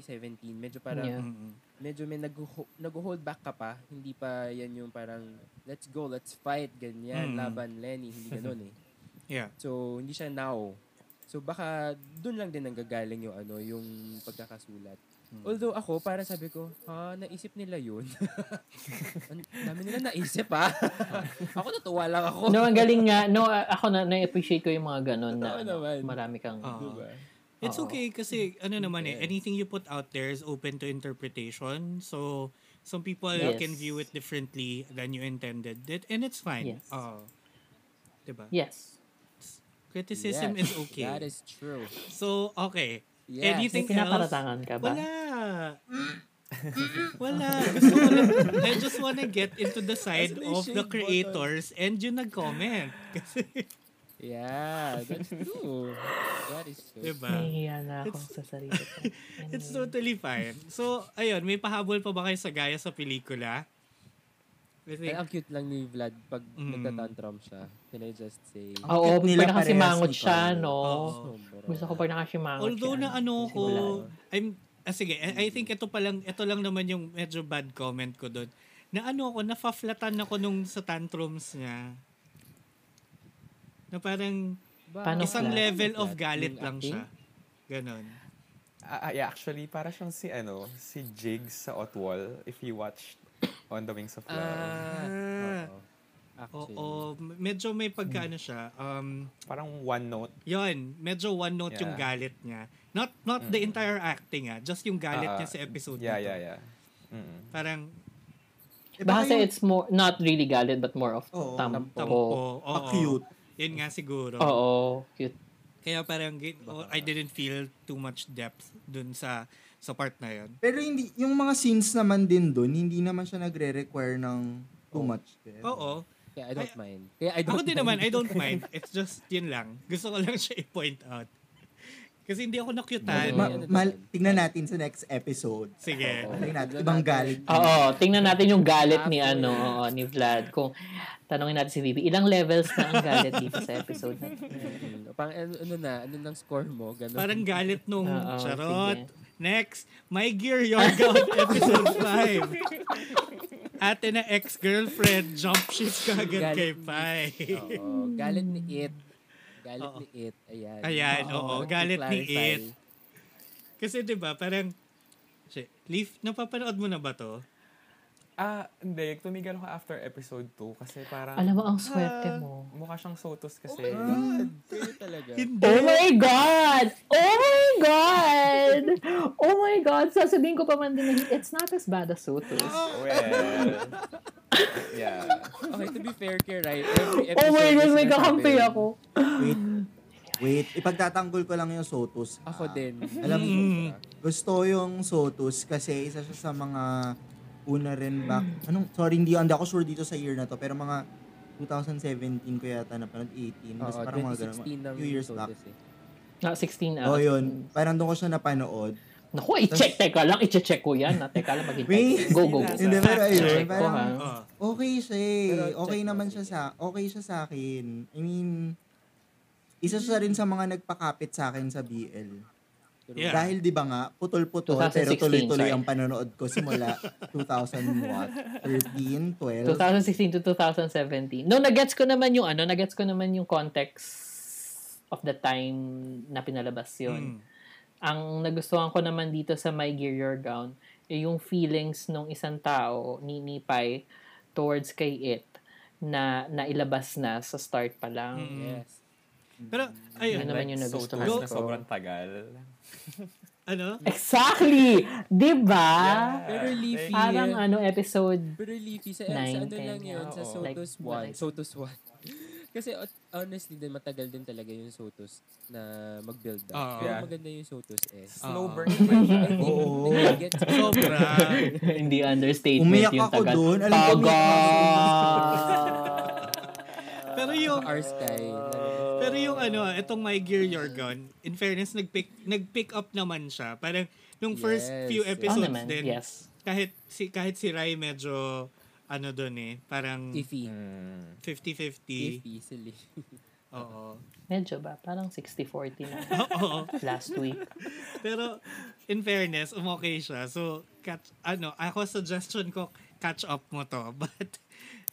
E: 2018, 2017, medyo parang,
B: Yeah.
C: Mm-mm.
E: medyo may nag-ho- nag-hold back ka pa. Hindi pa yan yung parang, let's go, let's fight,
C: Mm.
E: ganyan, laban, Lenny. Hindi ganun eh.
C: Yeah.
E: So, hindi siya now. So, baka doon lang din nanggagaling yung ano, yung pagkakasulat.
C: Hmm.
E: Although ako, para sabi ko, ha, naisip nila yun. Ang dami nila naisip, ha? ako natuwa lang ako.
B: No, ang galing nga. No, a- ako na na-appreciate ko yung mga ganon na
E: Totoo
B: ano,
E: naman.
B: marami kang
C: Oo.
E: Diba?
C: It's
B: Oo.
C: okay kasi ano naman eh,
E: Mm-hmm. Yes.
C: anything you put out there is open to interpretation. So, some people
B: Yes.
C: can view it differently than you intended it and it's fine.
B: Yes.
C: Oo. Diba?
B: Yes.
C: Criticism is
E: Yes,
C: okay.
E: That is true.
C: So, okay.
E: Yes.
B: May
C: Anything else?
B: pinaparatangan ka ba?
C: Wala. Wala. Gusto ko lang, I just wanna get into the side
E: As in, may
C: of the
E: shade
C: creators and yung nag-comment. Kasi,
E: Yeah, that's true. that is true.
C: diba?
B: Nahihiya na ako
C: It's-
B: sa sarili ko.
C: It's
B: Anyway.
C: totally fine. So, ayun, may pahabol pa ba kayo sa gaya sa pelikula? I think,
E: And ang cute lang ni Vlad pag
C: Mm.
E: nagtatantrum siya. Can I just say?
B: Oo,
D: cute nila
B: parang kasi
D: parehas
B: mangot
D: ni
B: siya,
D: Carl.
B: no?
C: Oo.
E: Sobra.
B: Gusto ko pa nakasimangot
C: Although
B: siya.
C: na ano ko,
B: Simula.
C: I'm, ah, sige, I, I think ito pa lang, ito lang naman yung medyo bad comment ko doon. Na ano ko, nafaflatan ako nung sa tantrums niya. Na parang
B: Paano
C: isang
B: flat?
C: level
E: Paano
C: of
E: Ano flat?
C: galit
E: Yung
C: lang
E: acting?
C: siya. Ganon.
G: Ah, ah, yeah, actually, para siyang si, ano, si Jigs sa Otwal, if you watched On the Wings of Love.
E: Ah,
C: Ah,
E: oo.
C: oo,
E: Actually.
C: medyo may pagkaano siya. Um,
G: Parang one note.
C: yon medyo one note yung
G: Yeah. Mm.
C: galit niya. Not not the entire acting ah, just yung galit
G: Ah,
C: niya sa episode na
G: Yeah,
C: to.
G: yeah, yeah. Mm-mm.
C: Parang
D: Eh,
B: Baka
D: baka
B: kasi
D: yung-
B: it's more, not really galit, but more of
D: Oo,
B: tampo.
C: tampo.
B: Oo,
C: Oo.
D: Pa-cute.
C: Yun nga siguro.
B: oo, cute.
C: Kaya parang gi- oh, I didn't feel too much depth dun sa sa part na yun.
D: Pero hindi, yung mga scenes naman din doon, hindi naman siya nagre-require ng too much. depth.
C: Oo.
E: Kaya I don't
C: Ay-
E: mind. Kaya I don't
C: Ako din naman,
E: mind.
C: I don't mind. It's just yun lang. Gusto ko lang siya i-point out. Kasi hindi ako nakyutan.
D: Ma-
E: Ano to,
D: mal-
E: Val?
D: tingnan natin sa next episode.
C: Sige.
D: Tingnan natin, ibang galit.
E: Mm.
B: Oo, tingnan natin yung galit ni
E: Tapos.
B: ano, oo, ni Vlad. Kung tanungin natin si Bibi, ilang levels na ang galit dito sa episode na to?
E: Mm, Pang ano, ano na, ano nang score mo? Ganun.
C: Parang galit nung
B: Oo, Ah,
C: charot.
B: sige.
C: Next, My Gear Your Gout episode 5. Ate na ex-girlfriend, jump ships kagad
E: Galit
C: kay
E: ni-
C: Pai.
E: Oo, galit ni It. Galit
C: Oo.
E: ni It. Ayan.
C: Ayan, oo,
E: to
C: galit ni
E: clarify.
C: It. Kasi 'di ba, parang shit, Leaf, napapanood mo na ba 'to?
G: Ah, hindi. Tumigal ako after episode 2 kasi parang
B: Alam mo, ang swerte mo.
G: mukha siyang sotos kasi.
E: Sa'yo talaga.
C: Hindi.
B: Oh my God! Oh my God! Oh my God! Sasabihin ko pa man din, it's not as bad as Sotos.
G: Well, yeah.
E: Okay, to be fair kay Ryan,
B: Oh
E: every
B: my God,
E: episode...
B: may
E: sinasabi,
B: kakampi ako.
D: Wait, wait. Ipagtatanggol ko lang yung Ah. Sotus.
E: Ako
B: Ah.
E: din.
D: Alam mo,
C: Mm.
D: gusto yung Sotus kasi isa siya sa mga una rin back. Anong, sorry, hindi, hindi ako sure dito sa year na to. Pero mga 2017 ko yata napanood, 18.
E: Oo,
D: Basta parang mga ganun.
E: 2016 ng eh.
D: Few years
E: episode
D: back.
E: kasi.
B: Ah, 16
D: Oo,
B: hours.
D: yun. Parang doon ko siya napanood.
B: Naku, i-check. Teka lang, i-check ko yan. ah. Teka lang, maghintay.
D: Wait.
B: Go, go, go.
D: Hindi, pero ayun.
B: Check ko,
D: Parang,
B: ha?
C: Oh.
D: Okay siya eh.
E: Pero
D: okay
E: check
D: naman
E: mo,
D: siya
E: sige.
D: sa okay siya sa akin. I mean, isa siya rin sa mga nagpakapit sa akin sa BL.
C: Yeah.
D: Dahil 'di ba nga putol-putol
B: 2016,
D: pero tuloy-tuloy
B: sorry.
D: ang panonood ko simula 2013, 12.
B: 2016 to 2017. No, nagets ko naman yung ano, nagets ko naman yung context of the time na pinalabas yun.
D: Hmm.
C: Mm.
B: Ang nagustuhan ko naman dito sa My Gear Your Gown, eh, yung feelings nung isang tao, ni Nipay, towards kay It, na nailabas na sa start pa
C: Mm.
D: Hmm.
B: lang.
E: Yes.
C: Pero ayun,
B: Ano naman yung
G: sotos
B: nagustuhan
G: na
B: ko?
G: sobrang tagal.
C: ano?
B: Exactly! Di ba?
E: Pero Leafy,
B: Parang ano, episode
E: pero Leafy, sa, sa
B: Nine,
E: ano lang
B: ten,
E: yun,
G: yeah,
E: sa
G: oo.
E: Sotos
B: Like, what I-
E: 1. Sotos 1. Kasi o- honestly din, matagal din talaga yung Sotos na mag-build up.
C: Oo.
E: Pero
G: Yeah.
E: maganda yung Sotos eh.
G: Slow
C: Oo.
G: burn naman siya. I think.
D: Oo.
E: Nag-get ko.
C: Sobra.
B: Hindi understatement
D: Umiyak
B: yung
D: ako
B: tagal.
D: doon. Alam ko, umiyak
C: Pero yung
E: Our Sky.
C: Pero yung ano, itong My Gear Your Gun, in fairness, nag-pick, nag-pick up naman siya. Parang nung first
E: Yes.
C: few
E: Oo
B: Oo
C: episodes
B: Oh, naman,
C: din,
B: yes.
C: kahit, si, kahit si Rai medyo ano doon eh, parang
E: Iffy.
G: Mm.
C: 50-50.
E: Iffy, sili.
C: Oo.
B: Medyo ba? Parang 60-40 na
C: Oo.
B: last week.
C: Pero in fairness, umokay siya. So, catch, ano, ako suggestion ko, catch up mo to. But,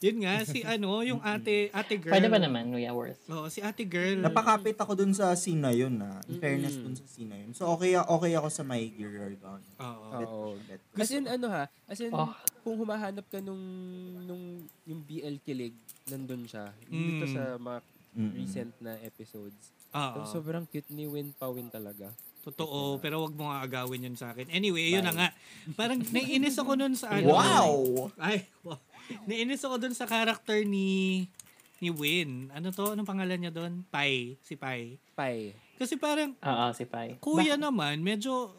C: yun nga, si ano, yung ate, ate girl.
B: Pwede ba naman, Nuya Worth?
C: Oo, si ate girl.
D: Napakapit ako dun sa scene na yun na. In fairness dun sa scene na yun. So okay okay ako sa my gear or down.
C: Oo.
E: Oo.
D: Bet.
E: As in, ano ha? As in,
B: Oh.
E: kung humahanap ka nung, nung yung BL kilig, nandun siya.
C: Mm.
E: Dito
C: Ah.
E: sa mga
D: Mm-mm.
E: recent na episodes.
C: Oo.
E: Tapos sobrang cute ni Win Pawin talaga.
C: Totoo, pero wag mo nga agawin yun sa akin. Anyway, yun na nga. Parang naiinis ako nun sa ano.
D: Wow!
C: Ay, wow. Naiinis ako dun sa character ni ni Win. Ano to? Anong pangalan niya doon? Pai. Si Pai.
E: Pai.
C: Kasi parang,
B: Oo, Ah, si Pai.
C: kuya naman, medyo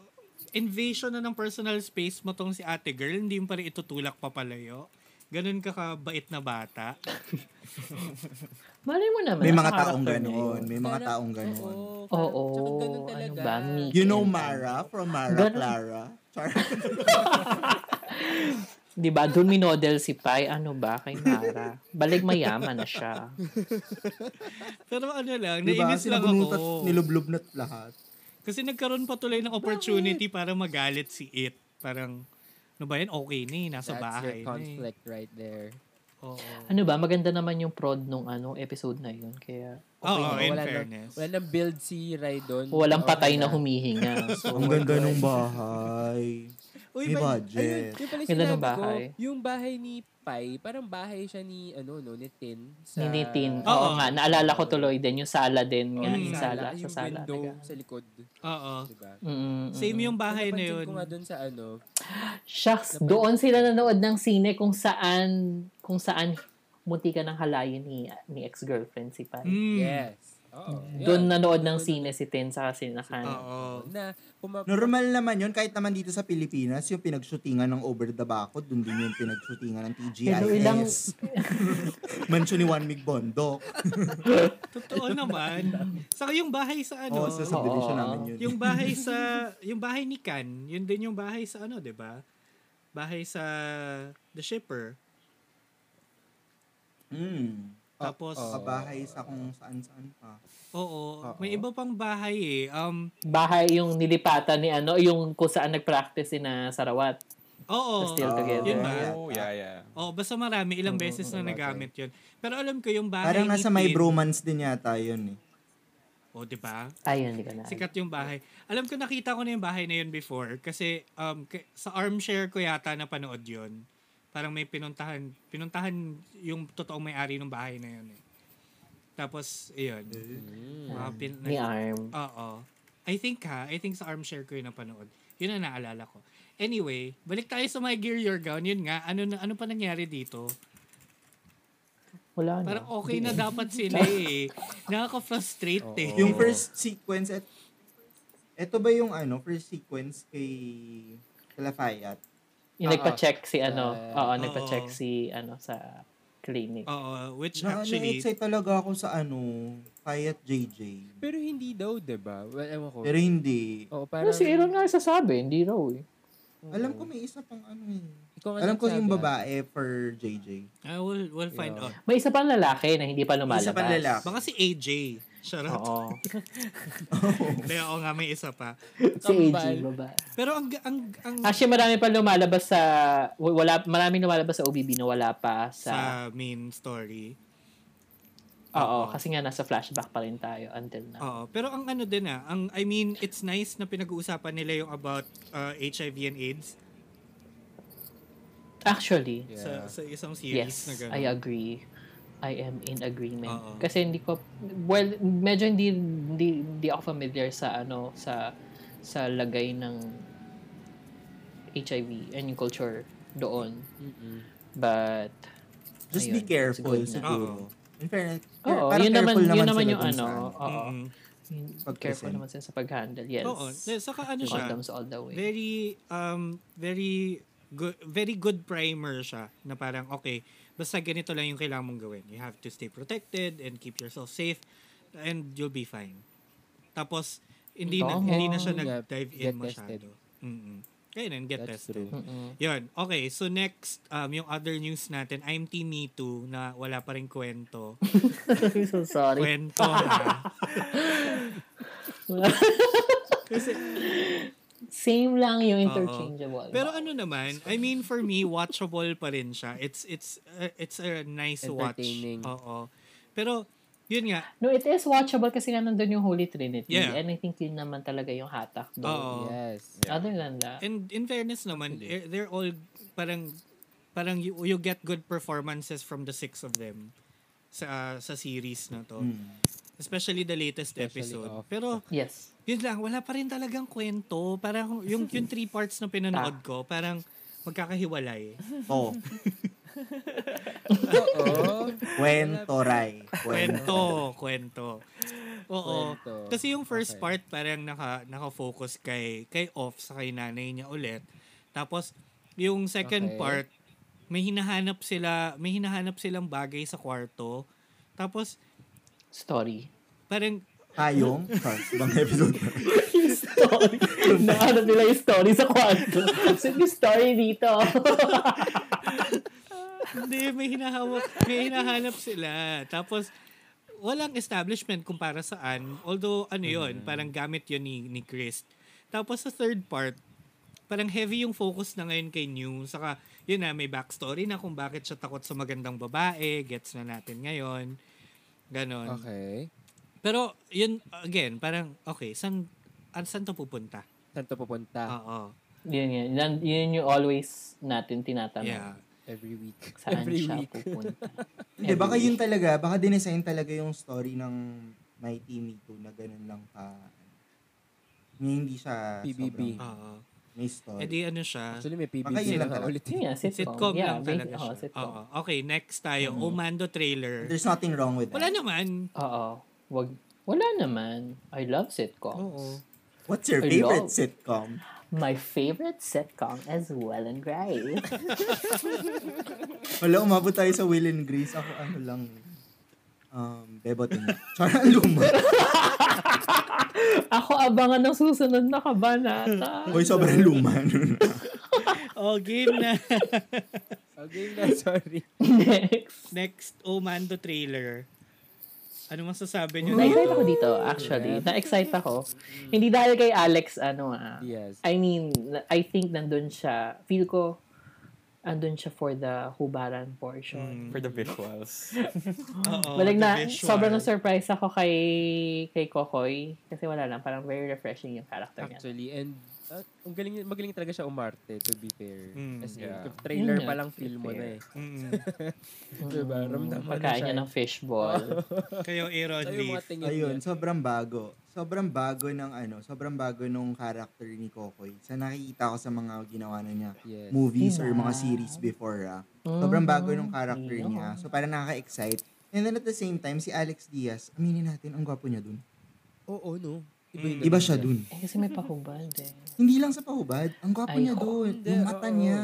C: invasion na ng personal space mo tong si ate girl. Hindi mo pa rin itutulak papalayo. Ganun ka kabait na bata.
B: Malay mo naman.
D: May
B: nasa
D: mga taong
B: character niya
D: ganoon,
B: yun.
D: may mga
E: Parang-
D: taong ganoon.
E: Oo.
B: Oo.
E: parang- tsaka ganun
B: ano
E: talaga.
B: ba? Meek
D: You know
B: and-
D: Mara from Mara
B: Ganun.
D: Clara? Char.
B: Di ba? Doon minodel si Pai. Ano ba? Kay Mara. Balik mayama na siya.
C: Pero ano lang,
D: Diba?
C: naiinis lang
D: Sinabunutan,
C: ako.
D: nilublubnat lahat.
C: Kasi nagkaroon pa tuloy ng opportunity para magalit si It. Parang, ano ba yan? Okay na eh. Nasa
E: That's
C: bahay
E: your
C: na eh.
E: conflict right there.
C: Oo.
B: Ano ba? Maganda naman yung prod nung ano, episode na yun. Kaya
C: Oo,
E: na,
C: Oh, in
E: wala nang-
C: fairness.
E: wala nang build si Rai doon.
B: walang
E: Okay
B: patay na
E: na.
B: humihinga. So,
D: Ang ganda ng bahay.
C: Uy,
D: May
C: ba-
E: Ayun,
D: budget.
E: yung ano, pala
B: Ganda ng
E: sinabi ko,
B: bahay.
E: yung bahay ni Pai, parang bahay siya ni, ano, no, ni Tin. Sa,
B: ninitin. Oo,
C: Oo.
B: nga, naalala ko tuloy din. Yung sala din.
E: Oo,
B: nga,
E: yung
B: yung sala. Sa
E: Mm. yung
B: sala.
E: window
B: naga-
E: sa likod.
C: Oo.
E: Diba?
B: Mm, mm,
C: Same yung bahay na
E: Napansin
C: yun.
E: ko nga doon sa ano.
B: Shucks, doon sila nanood ng sine kung saan, kung saan munti ka ng halayan ni, ni ex-girlfriend si Pai.
C: Mm.
E: Yes. Oo.
B: Doon
E: Yun.
B: nanood ng sine si Tin sa sinakan.
C: Oo.
E: Na, puma-
D: Normal naman yun, kahit naman dito sa Pilipinas, yung pinagshootingan ng Over the Bacot, dun din yung pinagshootingan ng
B: Pero ilang-
D: TGIS. Mansion ni Juan Mig Bondok.
C: Totoo naman. Saka yung bahay sa ano,
D: Oo, sa subdivision
B: Oo.
D: namin yun.
C: yung bahay sa, yung bahay ni Kan, yun din yung bahay sa ano, di ba? Bahay sa The Shipper.
D: Mm.
C: Tapos,
D: Sa bahay sa kung saan-saan pa.
C: oo, may iba pang bahay eh. Um,
B: Bahay yung nilipatan ni ano, yung kung saan nag-practice si na Sarawat.
C: oo.
B: Still together.
C: Yun ba?
G: Oh, yeah, yeah.
C: Oo, basta marami, ilang
E: Mm-hmm,
C: beses na nagamit yun. Pero alam ko yung bahay
D: Parang
C: ni
D: nasa may
C: Tin-
D: bromance din yata yun eh.
C: Oo, di ba?
B: Ay, hindi ka na.
C: Sikat yung bahay. Alam ko nakita ko na yung bahay na yun before kasi um, k- sa armchair ko yata napanood yun. Parang may pinuntahan, pinuntahan yung totoong may-ari ng bahay na yun eh. Tapos, ayun. Mga pin-
B: Ni Arm.
C: Oo. I think ha, I think sa armchair ko yun napanood. Yun ang naalala ko. Anyway, balik tayo sa my gear your gown. Yun nga, ano, na, ano pa nangyari dito?
B: Wala na.
C: Parang
A: oh,
C: okay na dapat sila eh. Nakaka-frustrate eh.
D: Yung first sequence at eto ba yung ano, first sequence kay Calafayat?
B: Yung nagpa-check si ano,
E: Ah,
B: oo,
C: oo.
B: nagpa-check si ano sa clinic.
C: Oo, which actually,
D: Na-excite ano, talaga ako sa ano, Fayat JJ.
E: Pero hindi daw, di ba? Well, ewan ko.
D: Pero hindi.
E: Oo,
B: Pero
E: Ah, parang...
B: si Aaron nga sasabi, hindi raw eh.
D: Alam ko may isa pang ano eh.
E: Ikaw nga
D: Alam ko
E: nagsabi,
D: yung
E: ah.
D: babae for JJ.
C: I will, we'll find
E: Yeah.
C: out.
B: May isa pang lalaki na hindi pa lumalabas.
D: Isa pang lalaki.
C: Baka si AJ. Charot.
B: Oo.
C: Hindi, oo nga, may isa pa.
B: si AJ,
E: Kambal.
B: baba.
C: Pero ang, ang, ang,
B: Actually, marami pa lumalabas sa, wala, maraming lumalabas sa OBB na wala pa sa,
C: sa ah, main story.
B: oo, kasi nga nasa flashback pa rin tayo until now.
C: Oo. Pero ang ano din ah, ang, I mean, it's nice na pinag-uusapan nila yung about uh, HIV and AIDS
B: Actually,
E: Yeah.
C: sa, sa isang series
B: yes,
C: na gano'n.
B: I agree. I am in agreement.
C: Oo.
B: Kasi hindi ko, well, medyo hindi, hindi, hindi ako familiar sa ano, sa, sa lagay ng HIV and yung culture doon.
E: Mm-mm.
B: But,
D: Just
B: Ayun,
D: be careful
B: siguro na.
D: siguro. In fairness,
B: oo,
D: parang
B: yun naman,
D: careful
B: yun naman
D: sila
B: yung
D: dun
B: ano,
D: sa
B: oo.
C: Mm.
B: Yun,
D: Pag-present.
B: Careful naman sila sa pag-handle, yes.
C: Oo. Then, Saka ano siya,
B: Condoms all the way.
C: very, um, very, good, very good primer siya na parang, okay, basta ganito lang yung kailangan mong gawin. You have to stay protected and keep yourself safe and you'll be fine. Tapos, hindi na,
B: Tama.
C: hindi na siya
E: Yeah,
C: nag-dive in
E: get tested.
C: masyado. Mm-mm. Kaya nun, get
E: That's
C: tested.
E: true.
B: Mm-mm.
C: Yun. Okay, so next, um, yung other news natin, I'm Team Me Too, na wala pa rin kwento.
B: I'm so sorry.
C: kwento, ha?
B: Same lang yung interchangeable.
C: Pero ano naman, I mean for me watchable pa rin siya. It's it's uh, it's a nice watch.
E: Entertaining.
C: Oo. Pero yun nga.
B: no, it is watchable kasi nga nandun yung Holy Trinity.
C: Yeah.
B: And I think yun naman talaga yung hatak doon.
C: Oo.
E: ah. Yes.
G: Yeah.
B: Other than that,
C: And in fairness naman, eh, they're all parang parang you, you get good performances from the six of them sa sa series na to. Especially the latest
E: Hmm. Especially oh.
C: episode.
E: of-
C: Pero
B: yes.
C: yun lang, wala pa rin talagang kwento. Parang yung, yung three parts na
E: Ah.
C: pinanood ko, parang magkakahiwalay.
D: Oo.
E: Oo.
D: Kwento, Ray.
C: Kwento, kwento. Oo.
E: Kwento.
C: Kasi yung first
E: Okay.
C: part parang naka naka-focus kay kay Off sa kay nanay niya ulit. Tapos yung second
E: Okay.
C: part may hinahanap sila, may hinahanap silang bagay sa kwarto. Tapos
B: Story.
C: parang
D: Hayong. Sorry, Ibang episode.
B: story. Naano Ano nila yung story sa kwarto. So, yung story dito.
C: hindi may hinahawak, may hinahanap sila. Tapos walang establishment kung para saan. Although ano 'yon,
E: Mm-hmm.
C: parang gamit 'yon ni ni Chris. Tapos sa third part, parang heavy yung focus na ngayon kay New. Saka, yun na, may backstory na kung bakit siya takot sa magandang babae. Gets na natin ngayon. Ganon.
E: Okay.
C: Pero, yun, again, parang, okay, san, an, saan to pupunta?
E: Saan
B: Ah.
E: to pupunta?
C: Oo.
B: yun yun. Nan- Yun yung always natin tinatanong.
C: Yeah.
E: Every week.
B: Saan
E: Every
B: siya
E: week.
B: pupunta.
D: Hindi, baka yun talaga. Baka dinesign talaga yung story ng My Team Me Too na ganun lang ka. ano. Hindi siya
E: PBB.
D: sobrang
C: Oo.
D: may story.
C: E di, ano siya?
E: Actually, may PBB
D: Baka yun
E: na
D: lang
E: nga
D: talaga.
E: ulit.
B: Yun nga, sitcom.
C: Sitcom
B: yeah,
C: lang
B: may-
C: talaga
B: oo,
C: siya.
B: sitcom. Mm-hmm.
C: Oo. Okay, next tayo. Omando trailer.
D: There's nothing wrong with
C: Wala
D: that.
C: naman.
B: Oo. Wag, Wala naman. I love sitcoms.
C: Oo.
D: What's your
B: I love.
D: favorite sitcom?
B: My favorite sitcom is Will and Grace.
D: Wala, umabot tayo sa Will and Grace. Ako ano lang, um, bebot na. Charang luma.
B: Ako abangan ng susunod na kabanata.
D: Uy, sobrang luma. nun.
C: Oh, game na.
E: Okay na, sorry.
B: Next.
C: Next, Omando trailer. Ano masasabi nyo?
B: Na-excite ako dito, actually. Na-excite ako. Hindi dahil kay Alex, ano ah.
E: Yes.
B: I mean, I think nandun siya. Feel ko, andun siya for the hubaran portion.
G: For the visuals.
C: Oo,
B: Balik
C: Oh,
B: na,
C: the visual.
B: sobrang na-surprise ako kay kay Kokoy. Kasi wala lang, parang very refreshing yung character niya.
E: Actually, and uh, ang galing, magaling talaga siya umarte, to be fair.
D: Hmm,
C: Mm,
E: As in,
G: yeah.
E: trailer
B: Yun nga,
E: pa lang
B: Hmm, to be Hmm,
E: film mo na eh.
C: Mm-mm.
E: Diba? Ramdaman na
B: Pagkain
E: siya.
B: niya ng fishball.
C: Kayo, Aaron
E: Tayo yung
C: Leaf.
E: mga tingin
D: Ayun,
E: niya.
D: sobrang bago. Sobrang bago ng ano, sobrang bago nung character ni Kokoy. Sa nakikita ko sa mga ginawa na niya,
E: Yes.
D: movies or
B: Diba?
D: mga series before. ah. Sobrang bago nung character
B: Yun.
D: niya. So, parang nakaka-excite. And then at the same time, si Alex Diaz, aminin natin, ang gwapo niya dun.
E: Oo,
C: Mm.
E: no? yung
D: Hmm, Iba
E: dating
D: siya dun.
B: Eh, kasi may pahubad eh.
D: Hindi lang sa pahubad, ang gwapo
B: Ay,
D: niya
B: oo.
D: dun.
E: Hindi,
D: Yung mata
E: oo.
D: niya.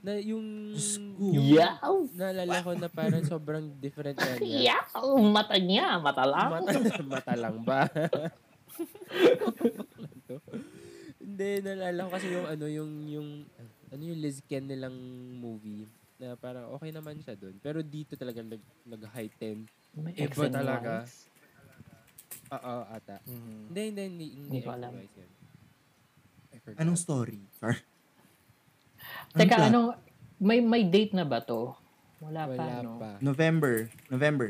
E: Na yung...
D: Diyos ko.
E: yung
B: Yeah!
E: Naalala ko na parang sobrang different na niya.
B: Yeah! Mata niya, mata lang.
E: Mata, mata lang ba? Hindi, naalala ko kasi yung ano, yung, yung, ano yung Liz Ken nilang movie na parang okay naman siya doon. Pero dito talaga nag, nag-heighten.
B: May
E: Iba
B: X and
E: talaga.
B: Ys.
E: Oo, ata.
D: Mm-hmm.
G: Mm.
E: Hindi, hindi, hindi. Hindi
B: ko alam.
E: exercise yun. I forgot.
D: Anong story? Char.
B: Teka,
D: plot?
B: anong, may, may date na ba to? Wala, pa,
E: Wala
B: no?
E: pa.
D: November. November.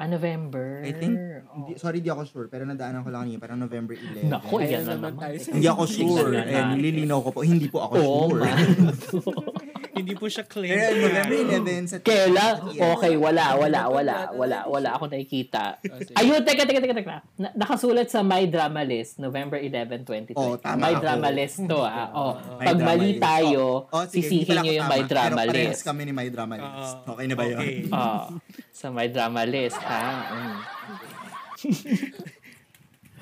B: Ah, November.
D: I think,
B: Oh.
D: hindi- sorry, di ako sure, pero nadaanan ko lang kanina, parang November 11.
B: Naku,
E: Ayun
B: yan na
E: naman
B: naman.
E: tayo sa-
D: Hindi ako
B: Tingnan
D: sure.
B: na
D: And
B: natin.
D: nililinaw ko po, hindi po ako
B: Oo,
D: sure.
B: man.
C: Hindi po siya clear.
D: Pero November 11 sa
B: Kailan?
D: sa TF.
B: Okay, wala, wala, wala, wala, wala ako nakikita.
E: Ah, sige.
B: Ayun, teka, teka, teka, teka. Na- nakasulat sa My Drama List, November 11, 2020.
D: Oh, tama
B: My
D: ako.
B: Drama List to, ah. Oh,
D: My
B: pag
D: drama
B: mali
D: list.
B: tayo,
D: Oh, sige, hindi
B: sisihin
D: pala
B: nyo
D: ako
B: yung
D: tama,
B: My Drama
D: Pero parehas
B: List.
D: kami ni My Drama List.
C: Oo.
D: Okay na ba yun?
C: Uh, Okay.
B: Oh, sa My Drama List, ha? Mm.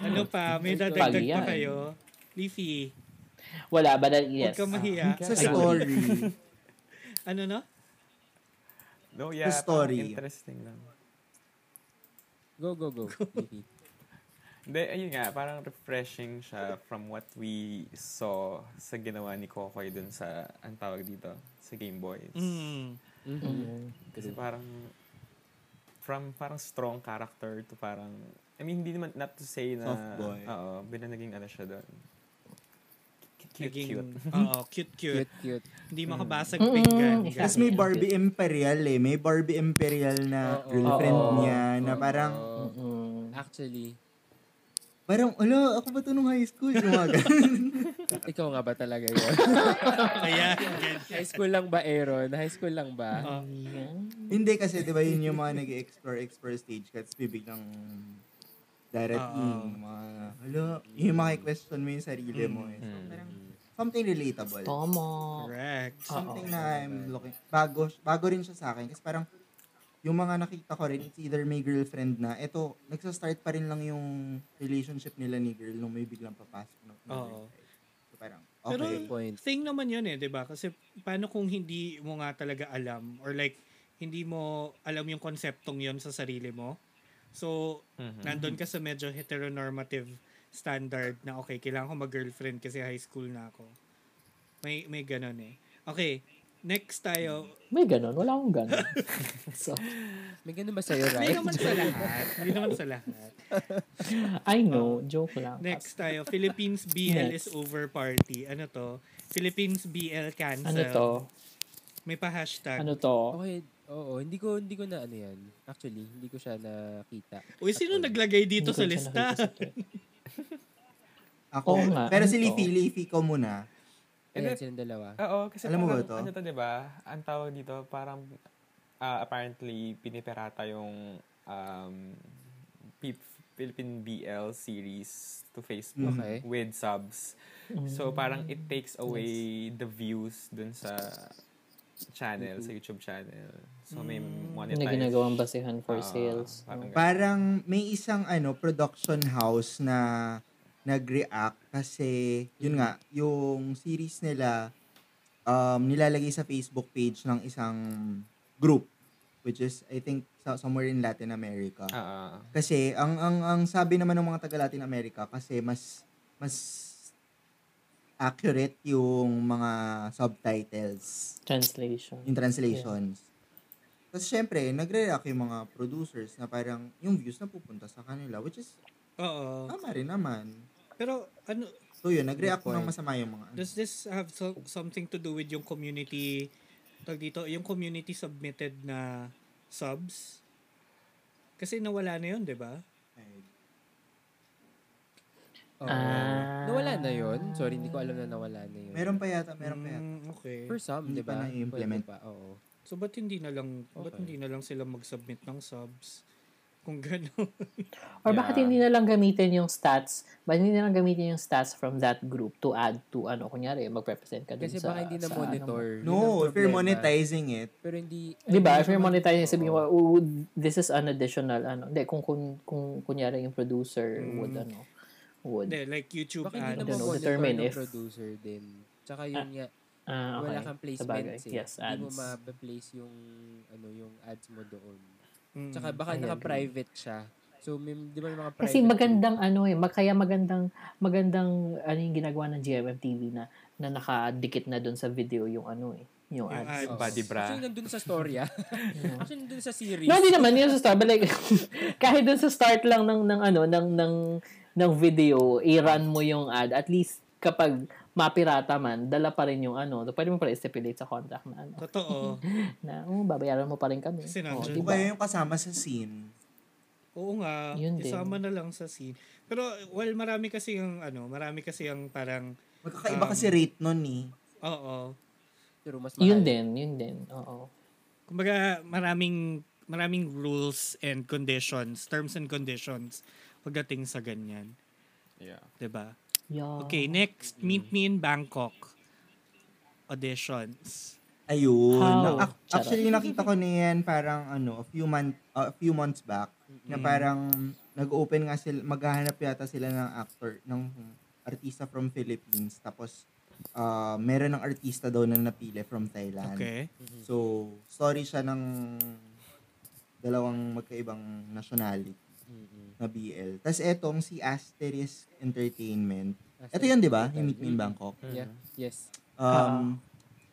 C: Ano pa? May dadagdag pa
B: Pag-iyan.
C: kayo? Leafy,
B: Wala ba na, yes. Ah,
C: huwag ka mahiya.
D: Sa story.
C: Ano no?
G: No, yeah.
D: The story.
G: parang Interesting lang.
E: Go, go, go. Vicky.
G: Hindi, ayun nga, parang refreshing siya from what we saw sa ginawa ni Kokoy dun sa, ang tawag dito, sa Game Boy.
C: Mm.
E: Mm-hmm.
D: Mm-hmm.
B: Mm.
G: Kasi parang, from parang strong character to parang, I mean, hindi naman, not to say na,
D: Soft boy.
G: oo, bina naging ano siya dun. Cute,
C: Naging,
G: cute.
C: Oo, cute, cute.
E: Cute, cute.
C: Hindi makabasag
B: Mm.
C: pinggan.
B: Mm.
D: Tapos may Barbie Imperial eh. May Barbie Imperial
E: Oo.
D: na Ah, girlfriend
B: Oo.
D: niya na
E: Oo.
D: parang,
B: Mm.
E: Actually,
D: parang, ala, ako ba to nung high school? Yung mga ganun.
E: ikaw nga ba talaga yun?
C: Ayan, ganyan.
E: High school lang ba, Aaron? High school lang
C: Oh.
E: ba?
D: Hindi kasi, di ba yun yung mga nag-explore, explore stage cuts, bibiglang darating.
C: Oo.
D: Mga, ala, yung mga question mo yung sarili mo eh. So,
G: Mm.
D: parang, something relatable.
B: Tama.
C: Correct.
D: something
B: Oo.
D: na I'm looking bago bago rin siya sa akin kasi parang yung mga nakita ko rin it's either may girlfriend na eto nagsa-start pa rin lang yung relationship nila ni girl nung may biglang papasok na na
C: Oo.
D: girlfriend. so parang
C: Pero-
D: okay
E: Point.
C: Thing naman yun eh, di ba? Kasi paano kung hindi mo nga talaga alam or like hindi mo alam yung konseptong yun sa sarili mo. So,
G: Mhm.
D: Mm-hmm.
B: Mm-hmm.
C: nandun ka sa medyo heteronormative standard na okay, kailangan ko mag-girlfriend kasi high school na ako. May, may ganun eh. Okay, next tayo.
B: May ganun. Wala akong ganun. so,
E: May ganun ba sa'yo,
C: Hindi
E: right?
C: naman sa lahat. Hindi naman sa lahat.
B: I know. Joke lang.
C: Next tayo, Philippines BL
B: Next.
C: is over party. Ano to? Philippines BL cancel.
B: Ano to?
C: May pa-hashtag.
B: Ano to?
E: Okay, oo. Hindi ko, hindi ko na ano yan. Actually, hindi ko siya nakita.
C: Uy, sino
E: At all.
C: naglagay
B: Hindi ko
C: dito sa
B: Ano? siya
C: lista?
B: nakita sa Twitter.
D: ako
B: Oo nga,
D: pero
B: ano
D: si Leafy
B: to?
D: Leafy ko muna Eh,
E: Ayan,
G: Hindi.
E: silang dalawa.
G: Oo, kasi
D: Alam mo ba
G: parang,
D: ito?
G: ano to, di ba? Ang tawag dito, parang ah, apparently piniperata yung um, Pip- Philippine BL series to Facebook
D: Mm.
E: Okay.
G: with subs. So parang it takes away the views dun sa channel,
D: Mm-hmm.
G: sa YouTube channel. So may
D: Mm.
G: monetize.
B: Na Ano ginagawang basehan for
G: Ah,
B: sales.
G: parang ganun.
D: Parang may isang ano production house na nag-react kasi yun nga yung series nila um, nilalagay sa Facebook page ng isang group which is I think so- somewhere in Latin America.
G: Ah, ah, ah.
D: Kasi ang ang ang sabi naman ng mga taga Latin America kasi mas mas accurate yung mga subtitles
B: Translation.
D: in translations. Tapos syempre, nagre-react yung mga producers na parang yung views na pupunta sa kanila which is
C: Oo.
D: tama rin naman.
C: Pero ano,
D: So yun, nag-react
E: Good point.
D: ng masama yung mga ano.
C: does this have so- something to do with yung community tag dito yung community submitted na subs kasi nawala na yun di ba
E: Oo.
B: Ah.
E: Nawala na yun? Sorry, hindi ko alam na nawala na yun.
D: Meron pa yata, meron pa yata.
C: Mm, okay
E: For some, di
D: Hindi pa
E: ba?
D: na-implement.
E: Pwede pa, oo.
C: so ba't hindi na lang ba't
E: Okay.
C: hindi na lang sila mag-submit ng subs kung gano'n.
B: Or bakit
G: Yeah.
B: hindi na lang gamitin yung stats? Bakit hindi na lang gamitin yung stats from that group to add to ano? Kunyari, mag-represent ka dun
E: Kasi
B: sa...
E: baka hindi na
B: sa ano,
E: monitor. Yun ang
D: ano No, if you're
E: problema.
D: monetizing it,
E: Pero
B: Di
E: hindi...
B: ba?
E: hindi
B: Diba? If you're
E: naman-
B: monetizing, sabihin mo,
E: Oo.
B: oh, this is an additional, ano. Hindi, kung, kung, kung kunyari yung producer would, ano, would.
C: Hindi, like YouTube
E: Baka hindi
C: ads.
E: naman
B: don't know,
E: monitor
B: determine
E: ng
B: if-
E: producer din. Tsaka yun nga,
B: Ah, okay.
E: wala kang placement.
B: Sabagay.
E: eh.
B: Yes,
E: Hindi mo
B: ads.
E: ma-place yung, ano, yung ads mo doon.
C: Mm.
E: Tsaka baka
B: I
E: naka-private siya. So, may, di ba yung mga private...
B: Kasi magandang ano eh, mag- kaya magandang magandang ano yung ginagawa ng GMMTV na na nakadikit na doon sa video yung ano eh, yung
C: Yung
B: ads.
C: ads.
G: Body bra.
E: Actually, nandun sa story ah. Actually, nandun sa series.
B: No, hindi naman yun sa start. But like, kahit dun sa start lang ng, ng ano, ng, ng, ng video, i-run mo yung ad. At least, kapag mapirata man, dala pa rin yung ano. So, pwede mo pala stipulate sa contract na ano.
C: Totoo.
B: Na, oh, babayaran mo pa rin kami.
C: Kasi
B: oh,
C: nandiyan.
D: kung kayo yung kasama sa scene,
C: Oo nga,
B: Yun din.
C: isama na lang sa scene. Pero, well, marami kasi yung, ano, marami kasi yung parang,
D: magkakaiba
C: Um,
D: kasi rate nun eh.
C: oo,
E: Pero mas mahal.
B: Yun din, yun din. Oo.
C: kumbaga maraming maraming rules and conditions, terms and conditions pagdating sa ganyan,
G: Yeah.
C: 'di ba?
B: Yeah.
C: Okay, next, Meet Me in Bangkok. Auditions.
D: Ayun.
B: How?
D: Ac- actually, nakita ko na yan parang ano, a few, month, a few months back na parang nag-open nga sila, maghahanap yata sila ng actor, ng artista from Philippines. Tapos, ah, meron ng artista daw na napili from Thailand.
C: Okay.
D: So, story siya ng dalawang magkaibang nationality
E: Mm-mm.
D: na BL. Tapos etong si Asterisk Entertainment.
E: As
D: Ito
E: in,
D: yun, di ba? Yung Meet Me in Bangkok.
E: Yeah. Yes.
D: Um,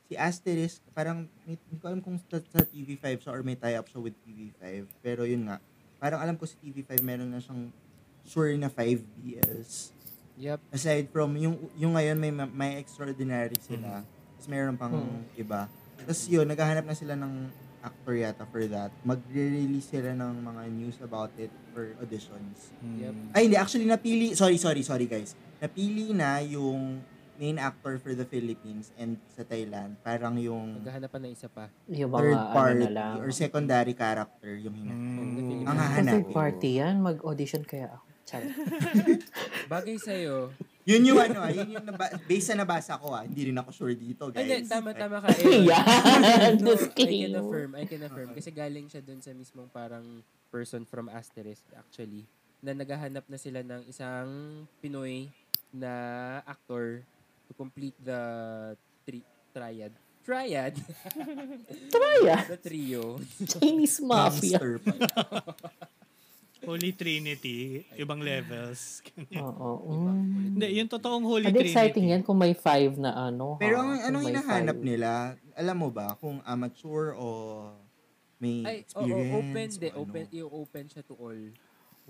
D: si Asterisk, parang, may- hindi ko alam kung sa, sa TV5 siya or may tie-up siya with TV5. Pero yun nga, parang alam ko si TV5 meron na siyang sure na 5 BLs.
E: Yep.
D: Aside from, yung, yung ngayon may, may extraordinary sila. Tapos meron pang iba. Tapos yun, naghahanap na sila ng actor yata for that. Magre-release sila ng mga news about it for auditions.
E: Yep.
D: Ay, hindi. Actually, napili... Sorry, sorry, sorry, guys. Napili na yung main actor for the Philippines and sa Thailand. Parang yung
E: Maghahanap pa ng isa pa.
B: Yung mga
D: third
B: ano
D: party
B: na lang.
D: or secondary character yung hinahanap.
E: Mm.
D: Ang
B: Kung
D: hahanap.
B: third party yan, mag-audition kaya ako. Charot.
E: Bagay sa'yo.
D: Yun yung ano, ah, yun yung naba- based sa nabasa ko ah. Hindi rin ako sure dito, guys.
E: Ay, hindi, tama,
D: Ay,
E: tama ka. Aaron.
B: Yan,
E: No, I can
B: disclaimer.
E: affirm, I can affirm.
D: Uh-huh.
E: Kasi galing siya dun sa mismong parang person from Asterisk actually na naghahanap na sila ng isang Pinoy na actor to complete the tri- triad. Triad?
B: Kaya,
E: the trio.
B: Chinese mafia.
D: gangster pa.
C: Holy Trinity, ibang levels. Diba?
B: Oo. Mm.
C: Hindi, yung totoong Holy
B: Hindi
C: Trinity.
B: exciting yan kung may five na ano. ha?
D: Pero ang,
B: Kung
D: anong
B: may
D: hinahanap
B: five.
D: nila? Alam mo ba kung amateur o may
E: Ay, oo,
D: experience?
E: open de,
D: o ano?
E: open, i-open siya to all.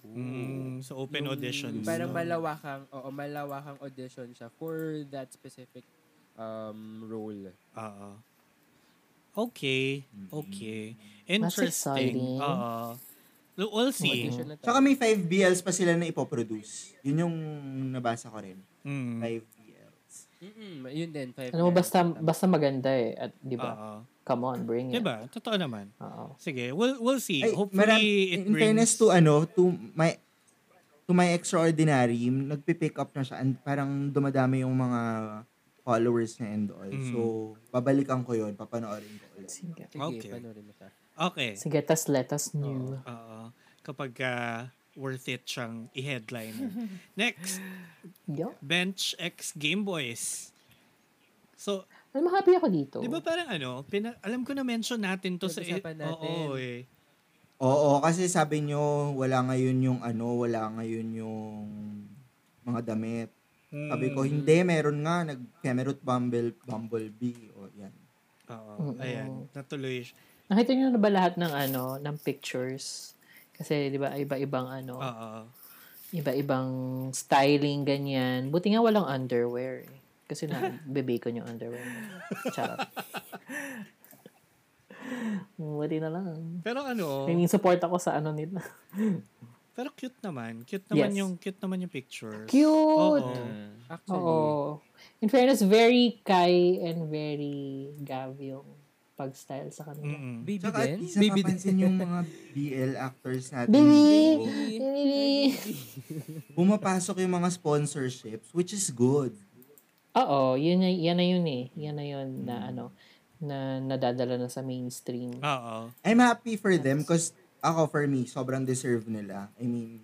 C: Mm, so open
E: Yung
C: auditions. no?
E: Parang malawakang, oo, malawakang audition siya for that specific um, role.
C: Oo. Okay.
D: Mm-hmm.
C: Okay.
B: That's
C: Interesting.
B: exciting.
C: Oo. Well, We'll see.
E: Audition na
D: Tsaka may 5 BLs pa sila na ipoproduce. Yun yung nabasa ko rin.
C: Mm.
D: 5 BLs.
E: Mm-mm, yun din. Five
B: Alam Ano mo,
E: times.
B: basta, basta maganda eh. At, di ba?
D: diba?
C: Oo.
B: Come on, bring it.
C: Ah. Diba? Totoo naman.
B: Oo.
C: Sige, we'll, we'll see.
D: Ay,
C: Hopefully,
D: maram-
C: it
D: in
C: brings...
D: fairness to ano, to my to my extraordinary, nagpe-pick up na siya and parang dumadami yung mga followers niya and all.
C: Mm.
D: So, babalikan ko yun, papanoorin ko ulit.
B: Sige.
E: Ah, Sige,
C: Okay.
E: panoorin mo siya.
C: Okay.
B: Sige, tas let us
C: Ah.
B: know.
C: Oo. Kapag ah, worth it siyang i-headline. Next,
B: Yo.
C: Bench X Game Boys. So,
B: Alam mo, happy Ano, ako dito.
C: di ba parang ano, pina- alam ko na mention natin to sa...
E: Napag-usapan natin.
C: Oo, eh.
D: Oo, kasi sabi nyo, wala ngayon yung ano, wala ngayon yung mga damit.
C: Mm,
D: Sabi ko, hindi, meron nga, nag-Kemerut Bumble, Bumblebee. O, yan.
C: Oo, ayan. Natuloy. siya.
B: Nakita niyo na ba lahat ng ano, ng pictures? Kasi, di ba, iba-ibang ano,
C: Oo.
B: iba-ibang styling, ganyan. Buti nga walang underwear. eh. Kasi na, bebacon yung underwear. mo. Charot. Buti na lang.
C: Pero ano,
B: I mean, support ako sa ano nila.
C: pero cute naman. Cute naman
B: Yes.
C: yung cute naman yung pictures.
B: Cute!
C: Oo.
H: Mm.
E: Actually,
B: Oo. In fairness, very Kai and very Gav yung pag-style sa kanila.
C: Mm-mm.
E: baby
D: Tsaka at
E: din.
D: least
E: Baby
D: napapansin yung mga BL actors natin.
B: Baby!
D: So,
B: Baby!
D: Pumapasok yung mga sponsorships, which is good.
B: Oo, yun, na- yan na yun eh. Yan na yun na ano, na nadadala na sa mainstream.
C: Oo.
D: I'm happy for them because ako, for me, sobrang deserve nila. I mean,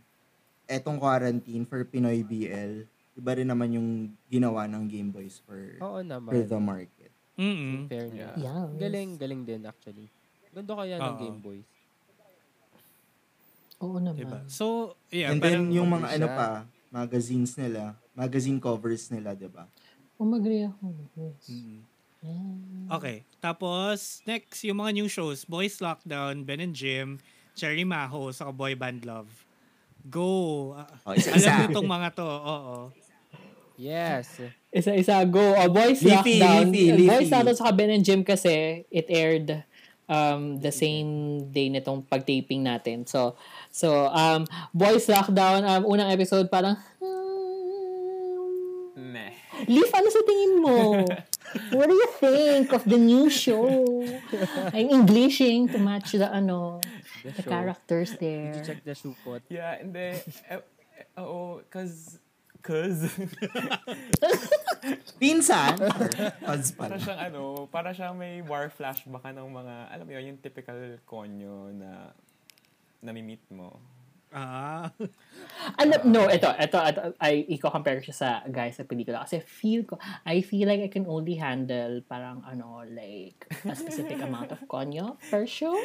D: etong quarantine for Pinoy BL, iba rin naman yung ginawa ng Game Boys for,
E: Oo naman.
D: for the market.
C: Mm-mm.
E: Fair niya.
B: Yeah.
E: Galing, galing din actually. Ganda kaya ng
C: Oo.
E: Game Boys.
B: Oo naman.
C: Diba? So, yeah.
D: And
C: parang,
D: then yung mga
E: siya.
D: ano pa, magazines nila, magazine covers nila, di ba?
B: Umagri ako. Yes.
C: Mm-mm.
B: Yeah.
C: Okay. Tapos, next, yung mga new shows. Boys Lockdown, Ben and Jim, Cherry Maho, saka Boy Band Love. Go! Ah,
D: Oh, isa,
C: alam
D: isa.
C: mo itong mga to. Oo.
E: Yes.
B: Isa-isa, go. A Boys
D: Leafy,
B: Lockdown. A Boys
D: Leafy, Leafy.
B: Lockdown sa Ben and Jim kasi it aired um, the same day nitong pag-taping natin. So, so um, Boys Lockdown, um, unang episode parang, "Hmm,
G: Meh.
B: Leaf, ano sa tingin mo? What do you think of the new show? I'm Englishing to match the ano,
E: The,
B: the
E: show.
B: characters
E: Did you
B: there.
E: check the supot?
G: Yeah, hindi. Eh, eh, Oo, cause... Cause...
D: Pinsan! Odds
G: para
D: pala.
G: siyang ano, para siyang may war flashback ka ng mga, alam mo yun, yung typical konyo na nami-meet mo.
C: Ah.
B: Ano, no, ito, ito, ito, I i-compare ko siya sa guys sa pelikula. Kasi feel ko, I feel like I can only handle parang ano, like, a specific amount of konyo per show.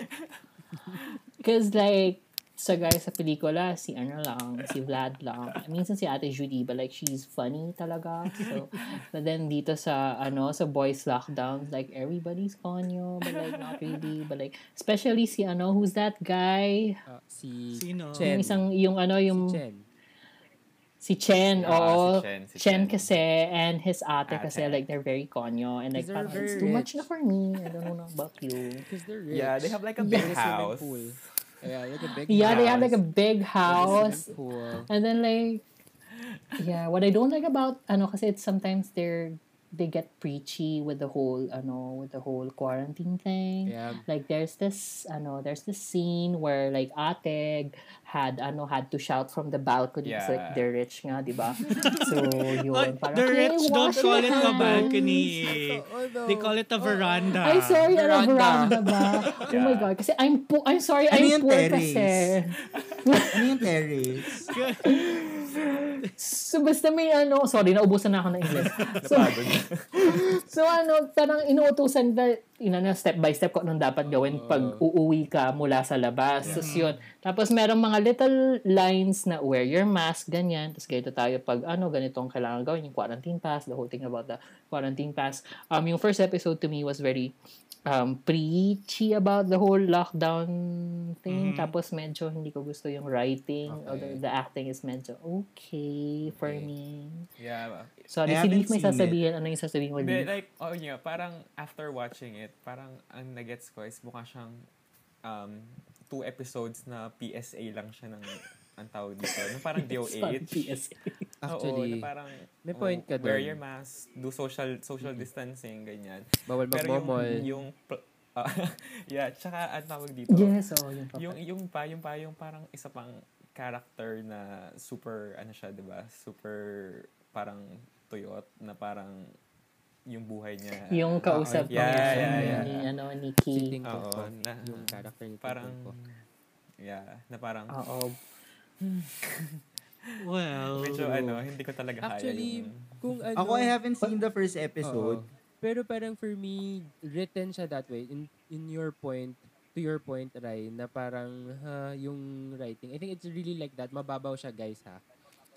B: Because like, sa guys sa pelikula, si ano lang, si Vlad lang. Minsan si Ate Judy, but like, she's funny talaga. So, but then dito sa, ano, sa boys lockdown, like, everybody's konyo, but like, not really. But like, especially si ano, who's that guy?
E: Ah, si
C: Sino?
B: Yung
E: Chen.
B: isang, yung ano,
E: si
B: yung...
E: Chen.
B: Si Chen, Mm,
G: Ah,
B: oo.
G: si Chen, si
B: Chen,
G: Chen. Ah,
B: kasi and his ate,
G: Ate.
B: kasi like they're very konyo and like
E: They're
B: parang it's
E: very
B: too much na
E: rich.
B: for me. I don't know about you.
E: Because they're rich.
G: Yeah, they have like a
E: They
G: big
E: have a swimming
G: house.
E: Pool. Yeah, like a big
B: Yeah,
E: house.
B: they have like a big house
E: Swimming pool.
B: and then like yeah, what I don't like about ano kasi it's sometimes they're they get preachy with the whole ano with the whole quarantine thing.
E: Yeah.
B: Like there's this ano there's this scene where like Ate had ano had to shout from the balcony kasi like
G: Yeah.
B: they're rich nga, 'di ba? So
C: Oh,
B: yun, parang
C: the
B: "Hey,
C: rich don't
B: wash
C: call
B: your
C: it a
B: hands."
C: balcony. eh.
E: Although,
C: They call it a veranda.
B: Ay, sorry, ano,
E: Veranda.
B: veranda ba? Oh my
G: Yeah.
B: God. Kasi I'm po, I'm sorry,
D: Ano
B: I'm
D: yung
B: poor
D: terrace?
B: kasi.
D: Ano yung terrace?
B: So, basta may ano, sorry, naubusan na ako ng English. so,
G: Napagod.
B: so ano, parang inuutosan na, ina na step by step ko anong dapat gawin pag uuwi ka mula sa labas. Tapos yun. Tapos merong mga little lines na wear your mask, ganyan. Tapos ganito tayo pag ano, ganito ang kailangan gawin. Yung quarantine pass, the whole thing about the quarantine pass. Um, yung first episode to me was very um, preachy about the whole lockdown thing. Tapos medyo hindi ko gusto yung writing. Although the acting is medyo okay for me.
G: yeah.
B: Sorry, ano, si
D: I
B: Leaf
D: haven't
B: may
D: seen it.
B: sasabihin. Ano yung sasabihin mo,
G: Hindi,
B: Leaf?
G: like, oh yeah, parang after watching it, parang ang nagets ko is mukha siyang um, two episodes na PSA lang siya ng ang tawag dito. Yung parang DOH.
B: PSA.
G: Oo, na
E: actually,
G: parang,
E: oh, ano may point ka
G: Wear
E: dun.
G: oh, your mask, do social social distancing, ganyan.
E: bawal
G: Pero yung,
E: magmomol.
G: yung pl- ah, yeah, tsaka ang tawag dito.
B: Yes, oh, oo. Yung,
G: Oh. Yung,
B: yung,
G: yung pa, yung pa, yung parang isa pang character na super, ano siya, di ba? Super, parang tuyot na parang yung buhay niya.
B: Yung kausap
G: Ah, yeah,
B: niya,
G: yeah,
B: ni-
G: yeah.
B: ni, ano, ni
E: Si
B: Kay.
E: Ting Kong
G: Oo,
E: Kong,
G: na-
E: yung character ni Ting
G: Parang,
E: Kong Kong.
G: yeah, na parang,
B: Oo.
E: Ah.
C: Well,
G: medyo ano, hindi ko talaga
E: Actually,
G: kaya yung,
E: kung ano...
D: Ako, I haven't seen the first episode.
E: Oo. Pero parang for me, written siya that way. In, in your point, to your point, Rai, na parang ha, yung writing. I think it's really like that. Mababaw siya, guys, ha?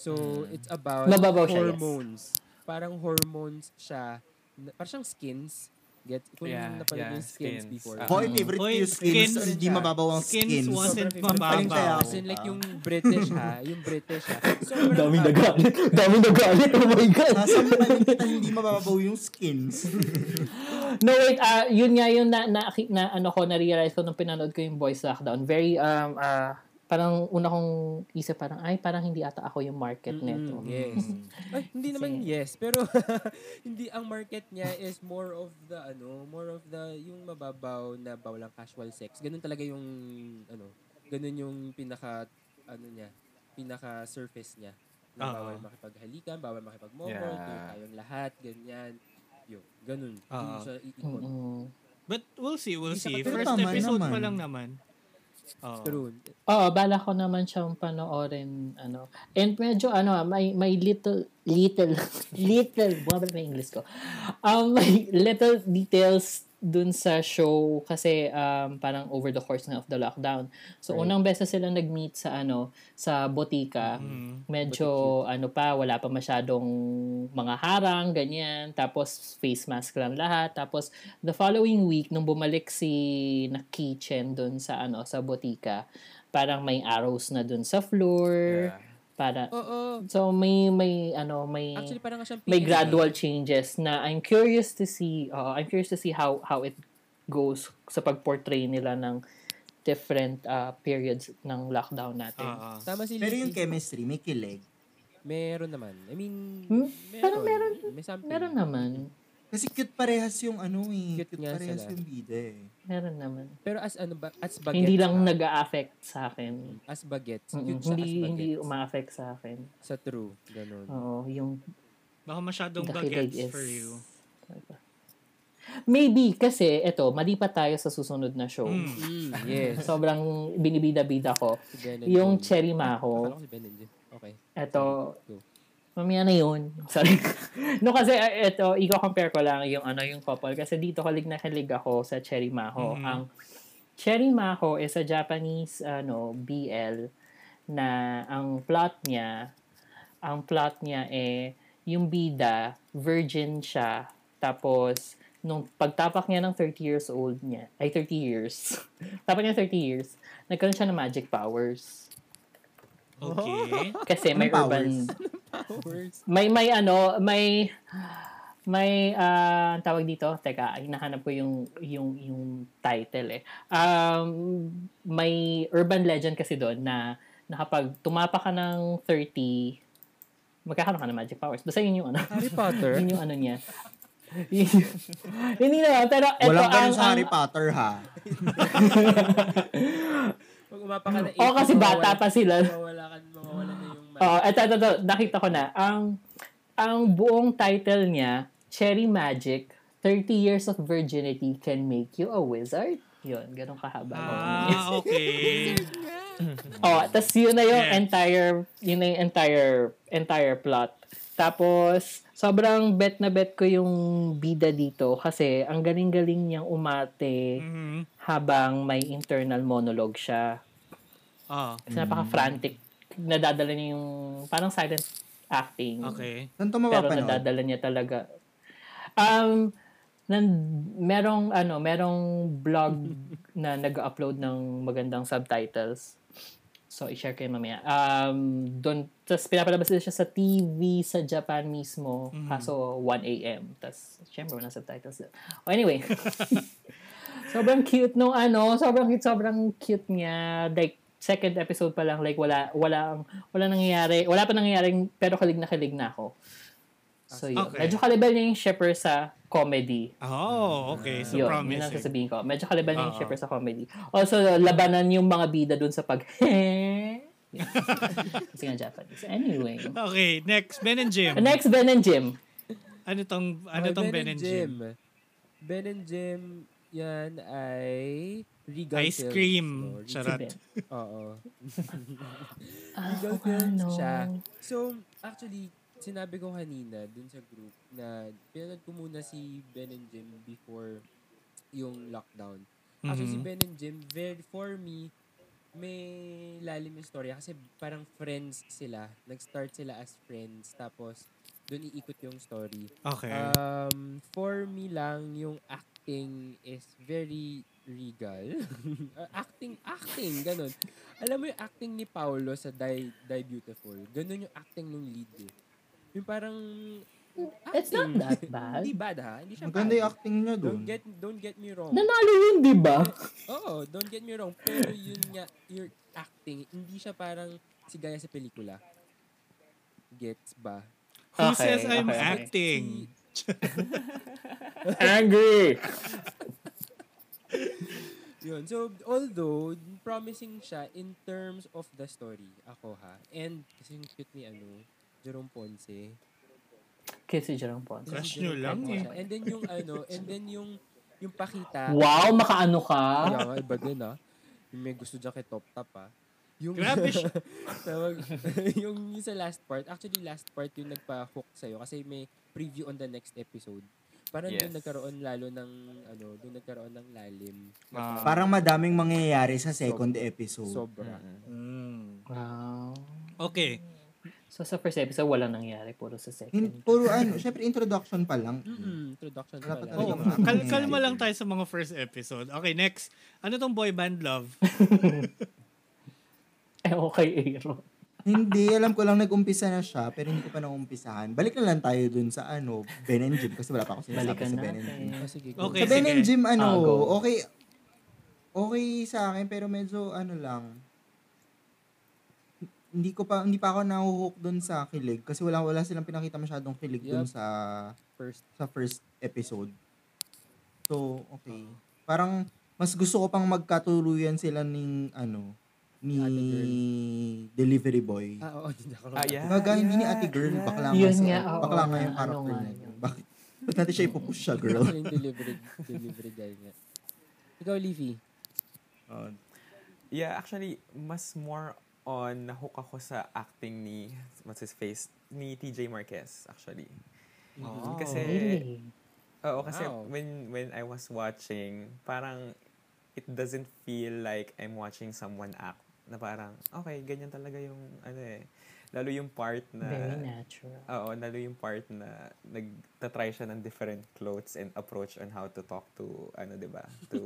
E: So,
G: Mm.
E: it's about
B: Mababaw siya, yes.
E: hormones. Parang hormones siya. Na- Parang siyang skins. Get, kung
G: Yeah,
E: napanood
G: yeah,
E: yung skins,
G: skins.
E: before.
G: Ah.
D: Hoy, favorite ko
C: Hoy,
D: yung skins.
C: skins.
D: Hindi mababaw ang
C: Skins
D: skins.
C: was- Wasn't
E: Sobrang favorite
D: mababaw.
E: ko siya. As in, like, yung British, ha? Yung British, ha? Sobrang
H: Daming
E: babaw.
H: nagalit. Daming nagalit. Oh my God.
D: Nasa mali kita, hindi mababaw yung skins.
B: No, wait, ah, yun nga yung na, na, na ano ko, na-realize ko nung pinanood ko yung Boys Lockdown. Very, um, ah, parang una kong isip parang, ay, parang hindi ata ako yung market nito.
E: Mm, yes. Ay, hindi naman
B: Kasi-
E: yes, pero hindi ang market niya is more of the ano, more of the yung mababaw na bawlang casual sex. Ganun talaga yung ano, ganun yung pinaka ano niya, pinaka surface niya. Na
D: Ah.
C: Oo.
E: bawal makipaghalikan, bawal makipagmomol,
G: Yeah.
E: yeah. tayong lahat, ganyan. Yun, ganun.
D: Ah.
E: Yun
C: Oo.
E: siya iikot.
B: Mm-mm.
C: but we'll see, we'll see.
D: Hindi siya kapit-
C: First
D: Tama
C: episode pa
D: naman.
C: lang naman. Oh.
E: True.
D: Ah.
B: Oo, bala ko naman siyang panoorin, ano. And medyo, ano, ah, may, may little, little, little, bumabalik na yung English ko. Um, may little details dun sa show kasi um, parang over the course nga of the lockdown. So, unang beses sila nag-meet sa, ano, sa botika. Medyo, ano pa, wala pa masyadong mga harang, ganyan. Tapos, face mask lang lahat. Tapos, the following week, nung bumalik si na kitchen dun sa, ano, sa botika, parang may arrows na dun sa floor.
G: yeah.
B: Para,
E: Oo.
B: so, may, may, ano, may,
E: Actually, parang siyang
B: may
E: pinaka-
B: gradual changes na I'm curious to see, oo, I'm curious to see how, how it goes sa pag-portray nila ng different uh, periods ng lockdown natin.
C: Oo.
E: Tama si
D: Pero yung
E: Lizzy.
D: chemistry, may kilig.
E: Meron naman. I mean,
B: Hmm? Parang
E: meron. May something.
B: Meron naman.
D: Kasi cute parehas yung ano eh.
E: Cute
D: Cute,
E: nga
D: parehas
E: sila.
D: yung bida eh.
B: Meron naman.
E: Pero as ano ba, as bagets.
B: hindi lang
E: ha?
B: nag-a-affect sa akin.
E: As bagets.
B: Mm-mm,
E: Cute siya
B: Hindi,
E: as
B: hindi Mm.
E: bagets.
B: uma-affect sa akin.
E: Sa true. Ganun.
B: Oo, yung
C: Baka masyadong
B: Dakilig
C: bagets
B: is-
C: for you.
B: Maybe, kasi, eto, mali pa tayo sa susunod na show.
C: Mm.
E: Mm, yes.
B: Sobrang binibida-bida ko.
E: Si Ben and
B: Yung
E: Jerry.
B: Cherry
E: Akala
B: Mako,
E: ko si Ben and Jerry. Okay.
B: eto,
E: Go.
B: mamaya na yun. Sorry. no, kasi, uh, eto, i-compare ko lang yung, ano, yung couple. Kasi dito, kalig na kalig ako sa Cherry Mako.
D: Mm-hmm.
C: Mhm.
B: Ang Cherry Mako is a Japanese, ano, BL na ang plot niya, ang plot niya eh, yung bida, virgin siya, tapos, nung pagtapak niya ng 30 years old niya, ay 30 years, tapak niya 30 years, nagkaroon siya ng magic powers.
C: Okay.
B: Kasi may
D: Anong
B: urban,
D: powers?
E: Powers.
B: may, may ano, may, may, ah, ang tawag dito, teka, ay, nahanap ko yung, yung, yung title eh. Um, may urban legend kasi doon na, na kapag tumapa ka ng 30, magkakaroon ka ng magic powers. Basta yun yung ano.
E: Harry Potter.
B: Yun yung ano niya. Yun- Hindi naman, pero eto
D: Walang
B: ang...
D: ganun sa Harry
B: ang-
D: Potter ha.
E: Pag umapa ka na
B: Oo, Mm. Oh, kasi bata pa sila.
E: Mawawala ka, mawawala na yung
B: Oh, eto, eto, eto, nakita ko na. Ang, ang buong title niya, Cherry Magic, 30 Years of Virginity Can Make You a Wizard. Yun, ganun kahaba.
C: Ah, okay.
B: Oh, tapos yun na yung
C: Yeah.
B: entire, yun na yung entire, entire plot. Tapos, sobrang bet na bet ko yung bida dito kasi ang galing-galing niyang umate
C: Mhm.
B: habang may internal monologue siya.
C: Ah,
B: Kasi napaka-frantic. Nadadala niya yung parang silent acting.
C: okay.
D: Saan to
B: Pero
D: mapapanood?
B: nadadala niya talaga. Um, nan, merong, ano, merong blog na nag-upload ng magandang subtitles. So, i-share ko yun mamaya. Um, doon, tapos pinapalabas din siya sa TV sa Japan mismo. Kaso, 1 a.m. Tapos, syempre, walang subtitles. doon. Oh, anyway. sobrang cute nung ano. Sobrang cute, sobrang cute niya. Like, second episode pa lang, like, wala, wala, wala nangyayari. Wala pa nangyayari, pero kalig na kalig na ako. So, yun.
C: Okay.
B: Medyo kalibal niya yung shipper sa comedy.
C: Oh, okay. So
B: yun, yun ang
C: promising.
B: sasabihin ko. Medyo kalibal niya yung
C: Oo.
B: shipper sa comedy. Also, labanan yung mga bida dun sa pag, Yun. Kasi nga Japanese. Anyway.
C: Okay, next. Ben and Jim.
B: Next, Ben and Jim.
C: Ano tong, ano
E: Okay,
C: tong Ben and Jim?
E: Ben and Jim, yan ay Regal
C: Ice
E: Films. No,
C: cream.
E: Regal-
C: Charot.
B: Ben.
E: Oo.
B: Ah,
E: Legal
B: oo nga,
E: films
B: no.
E: siya. So, actually, sinabi ko kanina dun sa group na pinanood ko muna si Ben and Jim before yung lockdown. Actually,
C: Mhm.
E: si Ben and Jim, very, for me, may lalim yung story kasi parang friends sila. Nag-start sila as friends tapos dun iikot yung story.
C: Okay.
E: Um, for me lang, yung acting is very regal. Uh, acting, acting, ganun. Alam mo yung acting ni Paolo sa Die, Die Beautiful, ganun yung acting ng lead eh. Yung parang...
B: It's not
E: acting.
B: that bad.
E: Hindi bad ha? Hindi siya
D: Maganda
E: bad.
D: yung acting niya doon.
E: Don't get, don't get me wrong.
B: Nanalo yun, di ba?
E: Oo, don't get me wrong. Pero yun nga, your acting, hindi siya parang si Gaya sa pelikula. Gets ba?
C: Who
H: okay,
C: says I'm
H: okay, okay.
C: acting?
H: Angry!
E: Yun. So, although, promising siya in terms of the story. Ako ha. And, kasi yung cute ni ano, Jerome Ponce.
B: Kasi Jerome Ponce.
C: Crush
E: Jerome
C: nyo lang
E: Ponce
C: eh.
E: siya. And then yung ano, and then yung, yung pakita.
B: Wow, makaano ka?
E: Kaya nga, iba din ha. Yung may gusto dyan kay Top Top ha. Yung,
C: Grabe siya.
E: Tawag- yung, yung sa last part, actually last part yung nagpa-hook sa'yo kasi may preview on the next episode. Parang doon
G: Yes.
E: nagkaroon lalo ng, ano, doon nagkaroon ng lalim.
C: Ah.
D: Parang madaming mangyayari sa second episode.
E: Sobra.
C: Mm.
B: Wow.
C: Okay.
B: So sa first episode, wala nangyari. Puro sa
D: Hin-
B: second.
D: Puro ano, syempre introduction pa lang.
E: Mm, introduction
D: Wala
E: pa
D: pa
E: lang.
C: Oh,
D: talaga mga
C: kal-
D: mangyayari.
C: kalma lang tayo sa mga first episode. Okay, next. Ano tong boy band love?
B: Eh, okay, Aaron.
D: Hindi, alam ko lang nag-umpisa na siya, pero hindi ko pa naumpisahan. Balik na lang tayo dun sa ano, Ben and Jim, kasi wala pa ako sinasabi
B: Balikan
D: sa Ben and Jim.
B: natin.
E: Oh, sige, go.
C: Okay,
D: Sa Ben
C: sige.
D: and Jim, ano,
B: Ah, go.
D: okay, okay sa akin, pero medyo ano lang, hindi ko pa, hindi pa ako nahuhook dun sa kilig, kasi wala, wala silang pinakita masyadong kilig dun
E: Yup.
D: sa,
E: First.
D: sa first episode. So, okay. Parang, mas gusto ko pang magkatuluyan sila ng, ano, ni
E: Ate girl.
D: delivery boy.
E: Ah, oo, hindi ako
G: Ah, yeah.
D: Gaga, hindi ni ate girl, bakla nga
B: Yun
D: si,
B: nga, oo,
D: bakla nga
B: na-
D: yung
B: ano
D: character
B: nga
D: niya.
B: yun.
D: Bakit? Ba't natin siya ipupush siya, girl?
E: Ako yung delivery, delivery guy nga. Ikaw, Leafy.
G: Yeah, actually, mas more on nahook ako sa acting ni, what's his face, ni TJ Marquez, actually. Mm-hmm.
E: Ah.
G: Kasi,
B: Oh, Really?
G: oo, kasi
E: Wow.
G: when, when I was watching, parang it doesn't feel like I'm watching someone act. Na parang, okay, ganyan talaga yung, ano eh. Lalo yung part na,
B: Very natural.
G: Oo, lalo yung part na nagtatry siya ng different clothes and approach on how to talk to, ano, di ba? To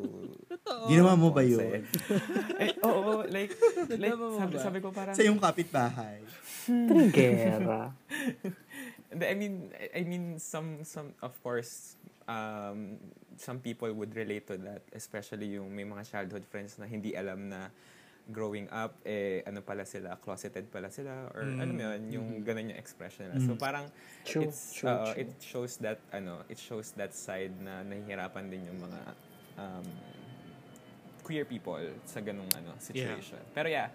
B: Oh,
D: Ginawa mo ba
G: Ponce.
D: yun?
G: eh, oo, like, like
E: Nagawa mo
G: sabi,
E: ba?
G: sabi ko parang,
D: Sa yung kapitbahay.
B: Trigera.
G: Hindi, I mean, I- I mean, some, some, of course, um, some people would relate to that, especially yung may mga childhood friends na hindi alam na growing up, eh, ano pala sila, closeted pala sila, or ano mo yun, yung ganun yung expression nila. So, parang,
B: True,
G: it's,
B: true,
G: uh,
B: true.
G: it shows that, ano, it shows that side na nahihirapan din yung mga, um, queer people sa ganung ano situation. Pero yeah,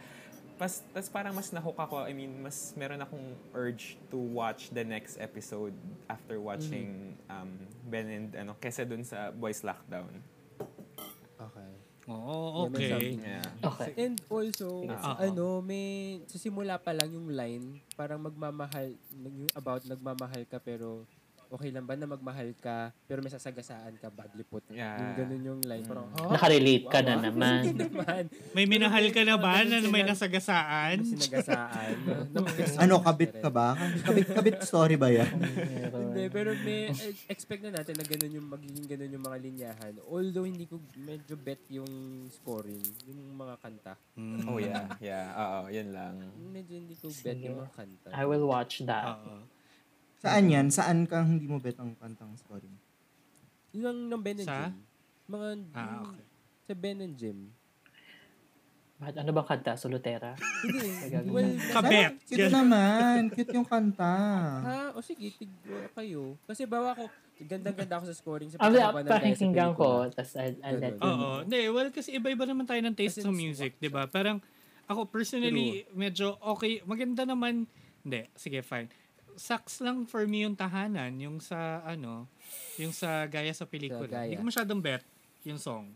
G: mas tas parang mas nahook ako. I mean, mas meron akong urge to watch the next episode after watching um Ben and ano kesa dun sa Boys Lockdown.
E: Okay.
C: Oo, Oh,
E: Yeah, may
C: okay.
E: something.
G: Yeah.
B: Okay.
E: And also,
G: Ah.
E: ano, may, sa simula pa lang yung line, parang magmamahal, yung about nagmamahal ka pero okay lang ba na magmahal ka pero may sasagasaan ka, badly put.
G: Yeah. Mm.
E: Yung ganun yung line. Parang, ha?
B: Nakarelate ka na
E: Wow,
B: naman.
E: hindi naman.
C: May minahal ka na ba na may
E: May
C: nasagasaan?
E: Sinagasaan. No, no,
D: Ano, kabit ka ba? Kabit, kabit story ba yan?
B: Meron.
E: Hindi, pero may eh, expect na natin na ganun yung magiging ganun yung mga linyahan. Although hindi ko medyo bet yung scoring, yung mga kanta.
G: Oh yeah, yeah. Oo, yun lang.
E: Medyo hindi ko bet yung mga kanta.
B: I will watch that.
C: Oo.
D: Saan yan? Saan ka hindi mo bet ang kantang story?
E: Yun ang ng Ben and
C: Sa?
E: Jim. Mga
C: Ah, okay.
E: sa Ben and Jim.
B: Bakit ano bang kanta? Solutera?
E: Hindi.
B: Nagagawa.
E: well,
C: Kabet.
D: Sana, Cute naman. Cute yung kanta.
E: Ha? O sige, tigwa kayo. Kasi bawa ko, gandang-ganda ako sa scoring. Sa
B: Ang
E: pagkakaba ng dahil sa
B: pakinggan Ah, ko,
E: pelikula.
B: tapos I'll, I'll let you
C: Oo.
B: know.
C: Hindi, well, kasi iba-iba naman tayo ng taste
E: As
C: sa
E: in,
C: music, di ba? Parang, ako personally, medyo okay, maganda naman, hindi, sige, fine. sucks lang for me yung tahanan, yung sa ano, yung sa gaya sa pelikula.
E: Sa Gaya.
C: Hindi ko masyadong bet yung song.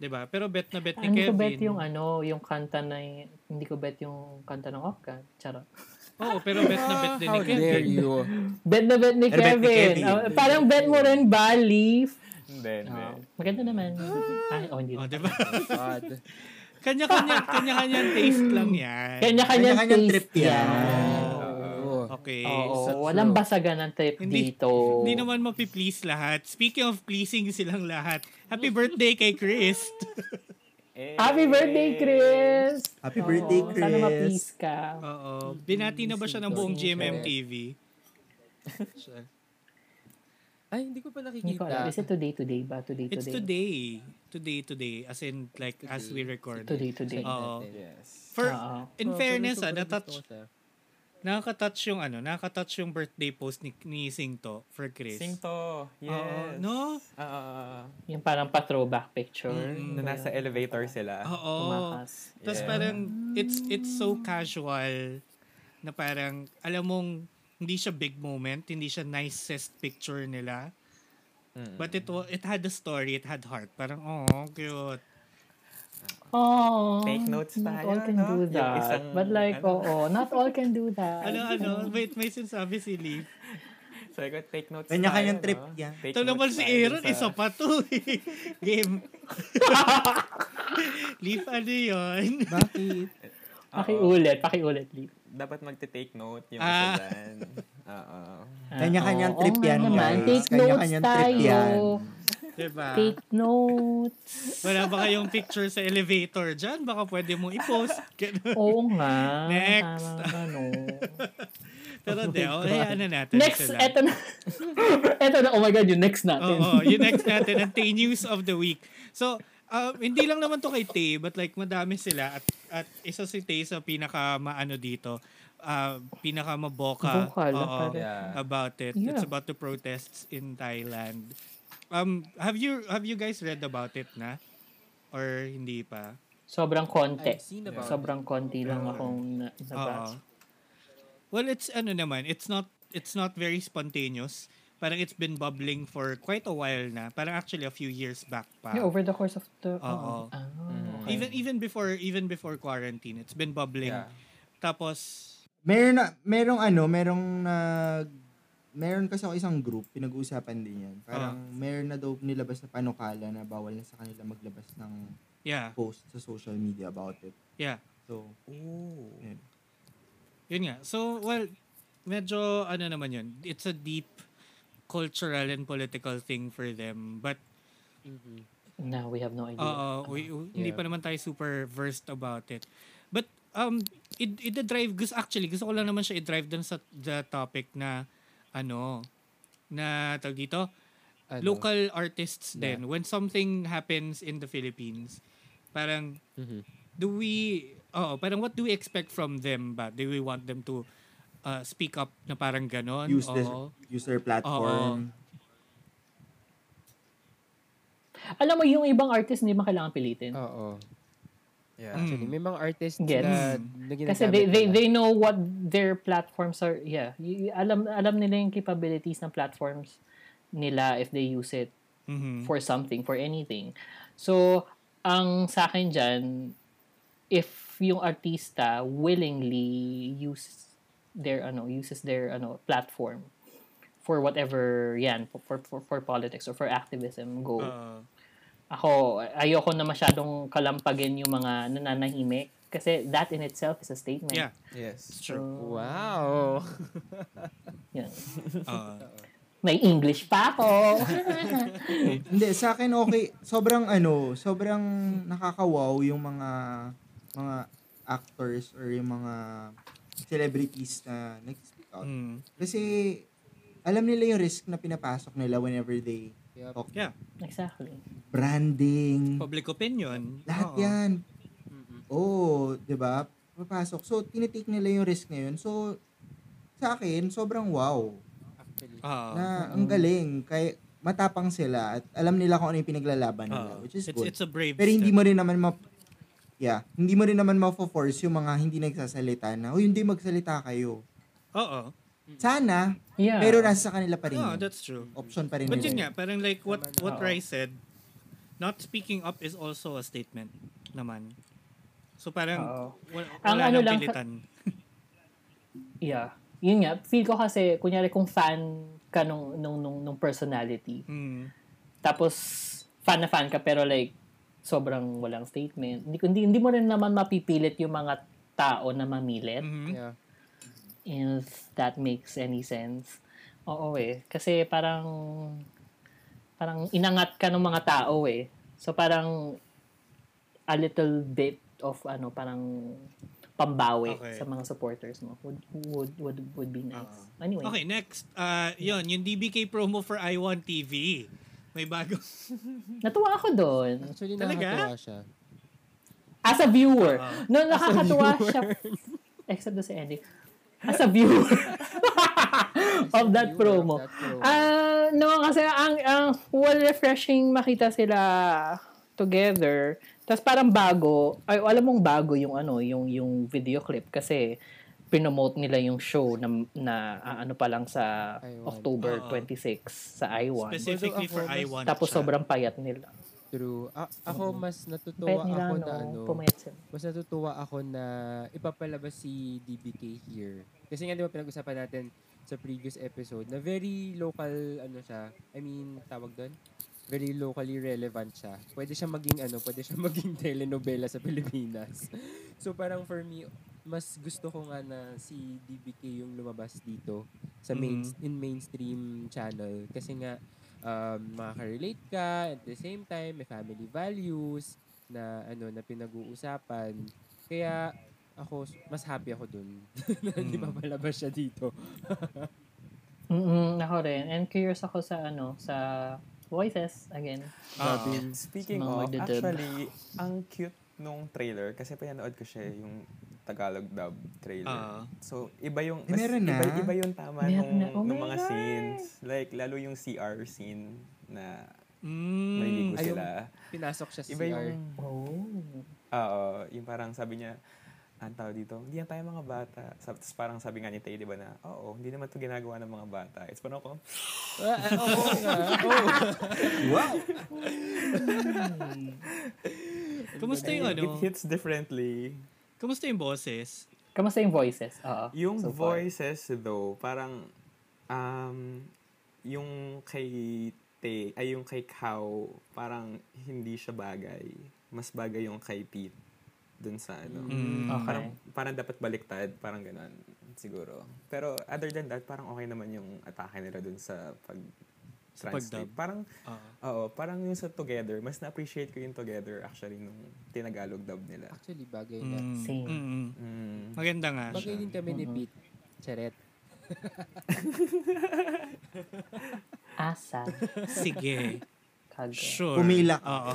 C: 'Di ba? Pero bet na bet ni
B: Hindi ko
C: Kevin.
B: bet yung ano, yung kanta na, y- hindi ko bet yung kanta ng Okka. Charot.
C: Oo, pero bet na bet din ni
E: How dare
C: Kevin.
E: you?
B: Bet na bet ni
D: Pero bet ni
B: Kevin.
D: Kevin.
B: Ah, parang bet mo rin ba, Leaf?
G: Hindi, hindi.
B: Ah, maganda naman. Ay, oh, hindi.
C: Oh, 'di ba?
E: God.
C: Kanya-kanya, kanya-kanya taste lang 'yan.
B: Kanya-kanyang
D: Kanya-kanyang
B: taste
D: trip yan.
B: yan.
E: Oo.
C: Okay.
E: Oh.
C: so-
B: Oo, walang basaganan trip
C: Hindi-
B: dito.
C: Hindi naman mapi-please lahat. Speaking of pleasing silang lahat, happy birthday kay Chris.
G: Eh,
B: Happy birthday, Chris!
D: Happy birthday,
B: Oo,
D: Chris.
B: Oh, Sana ma-please ka.
C: Oo. Binati na ba siya ng buong GMM TV?
E: Ay, hindi ko pa
B: Hindi ko alam.
E: nakikita.
B: Is it today, today ba? Today,
C: It's
B: today.
C: today. Today, today. As in, like, as we record.
B: Today, today.
C: Oo.
E: Yes.
C: For,
B: Oo.
C: in
E: Oh,
C: fairness, ah,
E: Sobrang
C: natouch,
E: gusto ko siya.
C: nakaka-touch yung, ano, nakaka-touch yung birthday post ni, ni Singto for Chris.
G: Sing
C: Oo,
G: to. Yes.
C: no?
G: Ah,
B: Yung parang pa-throwback picture.
G: na nasa elevator sila.
C: Oo.
B: Tumakas.
C: Tapos
G: Ah, Yeah.
C: parang, it's, it's so casual na parang, alam mong, hindi siya big moment, hindi siya nicest picture nila. But it wa- it had a story, it had heart. Parang, oh, cute.
B: Oh,
G: Take notes
B: not
G: tayo,
B: all can
G: no?
B: do
G: Yung
B: that.
G: isang,
B: But like,
G: ano?
B: oo, not all can do that.
C: Ano, ano? Wait, may sinasabi si Lee.
G: Sabi ko, take notes
D: Kanya-kanyang
G: tayo,
D: trip
G: no?
D: yan.
G: Take
C: Ito naman
G: notes
C: si
G: tayo
C: Aaron,
G: sa-
C: isa pa to eh. Game. Leaf, ano yun?
D: Bakit?
B: Pakiulit, pakiulit, Lee.
G: Dapat magte-take note yung
C: Ah.
G: ah. isa dyan. Oo.
D: Kanya-kanyang
B: Oo,
D: trip
B: oo nga
D: yan,
B: naman.
D: guys.
B: Take notes
D: Kanya-kanyang trip
B: tayo.
D: yan.
C: Diba?
B: Take notes.
C: Wala ba kayong picture sa elevator dyan? Baka pwede mo i-post. Ganun.
B: Oo nga.
C: Next.
B: Tama ka, no.
C: Pero de, oh, hayaan na natin
B: Next,
C: sila.
B: eto na. eto na, oh my God, yung next natin.
C: Oo, yung next natin, ang Tay News of the Week. So, uh, hindi lang naman to kay Tay, but like madami sila at, at isa si Tay sa pinaka maano dito, uh, pinaka maboka
B: Vocal,
C: oo,
B: pare.
G: Yeah.
C: about it.
B: Yeah.
C: It's about the protests in Thailand. Um, have you have you guys read about it na? Or hindi pa?
B: Sobrang konti.
E: I've seen about
B: Sobrang konti lang akong na-
C: Oo.
B: nabasa.
C: Well, it's ano naman, it's not it's not very spontaneous. Parang it's been bubbling for quite a while na. Parang actually a few years back pa.
B: Yeah, over the course of the...
C: Oo.
B: Ah, okay.
C: Even even before even before quarantine, it's been bubbling.
G: Yeah.
C: Tapos
D: Meron na, merong ano, merong nag, meron kasi ako isang group, pinag-uusapan din yan. Parang meron na daw nilabas na panukala na bawal na sa kanila maglabas ng
C: yeah,
D: post sa social media about it.
C: yeah.
D: So,
C: Yun nga. So, well, medyo ano naman yun. It's a deep cultural and political thing for them. But
B: Now we have no idea.
C: Oo, we- we- hindi pa naman tayo super versed about it. But um it it drive gusto actually gusto ko lang naman siya i-drive dun sa the topic na ano na tawag dito
E: Ano?
C: local artists then when something happens in the Philippines parang do we oh parang what do we expect from them ba do we want them to uh, speak up na parang ganon
D: use this,
C: Oo.
D: use their platform.
B: Alam mo, yung ibang artist hindi man kailangan pilitin.
E: Oo.
G: Yeah.
E: Actually, may mga artists
B: Gets.
E: na, na
B: Kasi
E: ginagamit
B: they, they,
E: nila.
B: they know what their platforms are. Yeah. Y- y- alam, alam nila yung capabilities ng platforms nila if they use it
C: Mhm.
B: for something, for anything. So, ang sa akin dyan, if yung artista willingly use their ano uses their ano platform for whatever yan for for, for politics or for activism go
C: Oo.
B: ako, ayoko na masyadong kalampagin yung mga nananahimik. Kasi that in itself is a statement.
C: yeah
G: Yes.
B: So,
E: Wow.
B: yun.
C: Oo.
B: May English pa ako.
D: Hindi, sa akin okay. Sobrang ano, sobrang nakakawaw yung mga mga actors or yung mga celebrities na nag-speak out.
C: Mm.
D: Kasi alam nila yung risk na pinapasok nila whenever they
E: Yep.
D: talk.
C: Yeah.
B: exactly.
D: Branding,
C: public opinion
D: lahat
C: Oo.
D: yan. Oo, oh, 'di ba? Papasok. So tinitake nila yung risk na yun. So sa akin, sobrang wow.
C: Oo.
D: Na
C: mm.
D: ang galing kay matapang sila at alam nila kung ano yung pinaglalaban nila,
C: Oo.
D: which
C: Ah,
D: is
C: it's,
D: good.
C: it's a brave
D: Pero hindi
C: step.
D: mo rin naman ma Yeah, hindi mo rin naman ma-force yung mga hindi nagsasalita na, "Uy, hindi magsalita kayo."
C: Oo. Ah,
D: Sana,
B: Yeah.
D: pero nasa sa kanila pa rin.
A: No,
D: yun.
A: that's true.
D: Option pa rin
A: But
D: nila.
A: yun
D: yun.
A: nga, parang like what what
B: Oo.
A: Rai said, not speaking up is also a statement naman. So
B: Oo.
A: parang wala,
B: Ang
A: wala
B: ano
A: nang
B: lang sa-
A: pilitan.
B: Yeah. Yun nga, feel ko kasi, kunyari kung fan ka nung, nung, nung, nung personality,
A: Mm.
B: tapos fan na fan ka pero like sobrang walang statement. Hindi, hindi, hindi mo rin naman mapipilit yung mga tao na mamilit.
A: Mhm.
E: Yeah.
B: If that makes any sense. Oo eh. Kasi parang parang inangat ka ng mga tao eh. So parang a little bit of ano parang pambawi
A: Okay.
B: sa mga supporters mo would would would, would be nice. Anyway.
A: Uh-huh. Okay, next. Uh, yun, yung DBK promo for I1 TV. May bago.
B: Natuwa ako doon.
E: Actually,
A: Talaga?
E: nakakatawa siya.
B: As a viewer.
A: Ah.
B: No, nakakatuwa siya. Except doon sa ending. As a viewer. of that
E: Viewer
B: promo.
E: of that promo.
B: Ah, no, kasi ang, ang well refreshing makita sila together. Tapos parang bago, ay alam mong bago yung ano, yung yung video clip kasi pinomote nila yung show na, na ah, ano pa lang sa
E: I1.
B: October
A: Oo.
B: 26 sa I1.
A: Specifically for
E: Although ako,
A: I1.
B: Tapos
A: siya.
B: sobrang payat nila.
E: True. A- ako, mas natutuwa
B: Payat nila,
E: ako
B: no?
E: na ano.
B: Pumayat sila.
E: mas natutuwa ako na ipapalabas si DBK here. Kasi nga, di ba, pinag-usapan natin sa previous episode na very local, ano siya, I mean, tawag doon? Very locally relevant siya. Pwede siya maging, ano, pwede siya maging telenovela sa Pilipinas. so, parang for me, mas gusto ko nga na si DBK yung lumabas dito sa main,
A: Mhm.
E: in mainstream channel. Kasi nga, um, makaka-relate ka, at the same time, may family values, na ano na pinag-uusapan. Kaya ako mas happy ako dun. na Hindi
A: Mm.
E: mapalabas siya dito.
B: Mm-mm, ako rin. And curious ako sa ano, sa voices again.
A: Oo.
G: Speaking
B: Mga
G: of,
B: magdadub.
G: actually, ang cute nung trailer kasi pinanood ko siya eh, yung Tagalog dub trailer.
A: Ah.
G: so, iba yung
D: Eh, meron na.
G: iba, iba yung tama
B: Meron
G: nung,
B: na. Oh
G: nung
B: my
G: mga
B: God.
G: scenes. Like, lalo yung CR scene na
A: Mm.
G: maliligo
E: Ayun.
G: sila.
E: Pinasok siya sa
G: Iba
E: CR.
G: yung...
B: Oh.
G: Oo, yung parang sabi niya, ang tao dito, hindi na tayo mga bata. Sab- Tapos parang sabi nga ni Tay, di ba na, oo, hindi naman to ginagawa ng mga bata. It's parang ako,
E: Ah, ah, oo nga. Oo.
D: Wow!
A: Kumusta yung ano?
G: it hits differently.
A: Kumusta yung boses?
B: Kamusta yung voices? Oo.
G: Yung
B: so far.
G: voices though, parang um yung kay Te, ay yung kay Kao, parang hindi siya bagay. Mas bagay yung kay Pete dun sa ano.
A: Mm.
B: Okay.
G: Parang, parang dapat baliktad, parang ganun siguro. Pero other than that, parang okay naman yung atake nila dun sa pag
A: Sa pagdub. Ah.
G: translate. Parang
A: Oo.
G: oo, parang yung sa together, mas na-appreciate ko yung together actually nung tinagalog dub nila.
A: Ah.
E: Actually, bagay na.
A: Mm.
B: Same.
A: Mm.
G: Mm.
A: Maganda nga
E: Bagay
A: siya.
E: din kami ni Pete. Charet.
B: Asa.
A: Sige.
B: Kago.
A: Sure.
D: Pumila.
C: Ah,
A: Oo.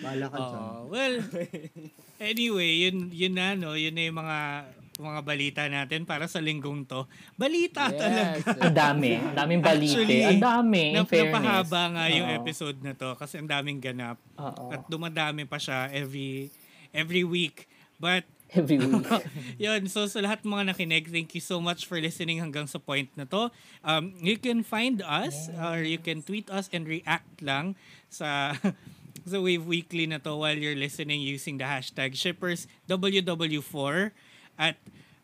D: Bala ka
C: ah.
D: dyan.
A: Oo. Oh, Well, anyway, yun, yun na, no? Yun na yung mga, mga balita natin para sa linggong to. Balita talaga.
B: Ang dami. Ang daming balite.
A: Actually,
B: Ang dami. in
A: Nap-
B: fairness.
A: napahaba nga yung
B: Oo.
A: episode na to kasi ang daming ganap.
B: Oo.
A: At dumadami pa siya every every week. But,
B: Every week.
A: yun, so sa lahat ng mga nakinig, thank you so much for listening hanggang sa point na to. Um, you can find us or you can tweet us and react lang sa sa Wave Weekly na to while you're listening using the hashtag ShippersWW4 at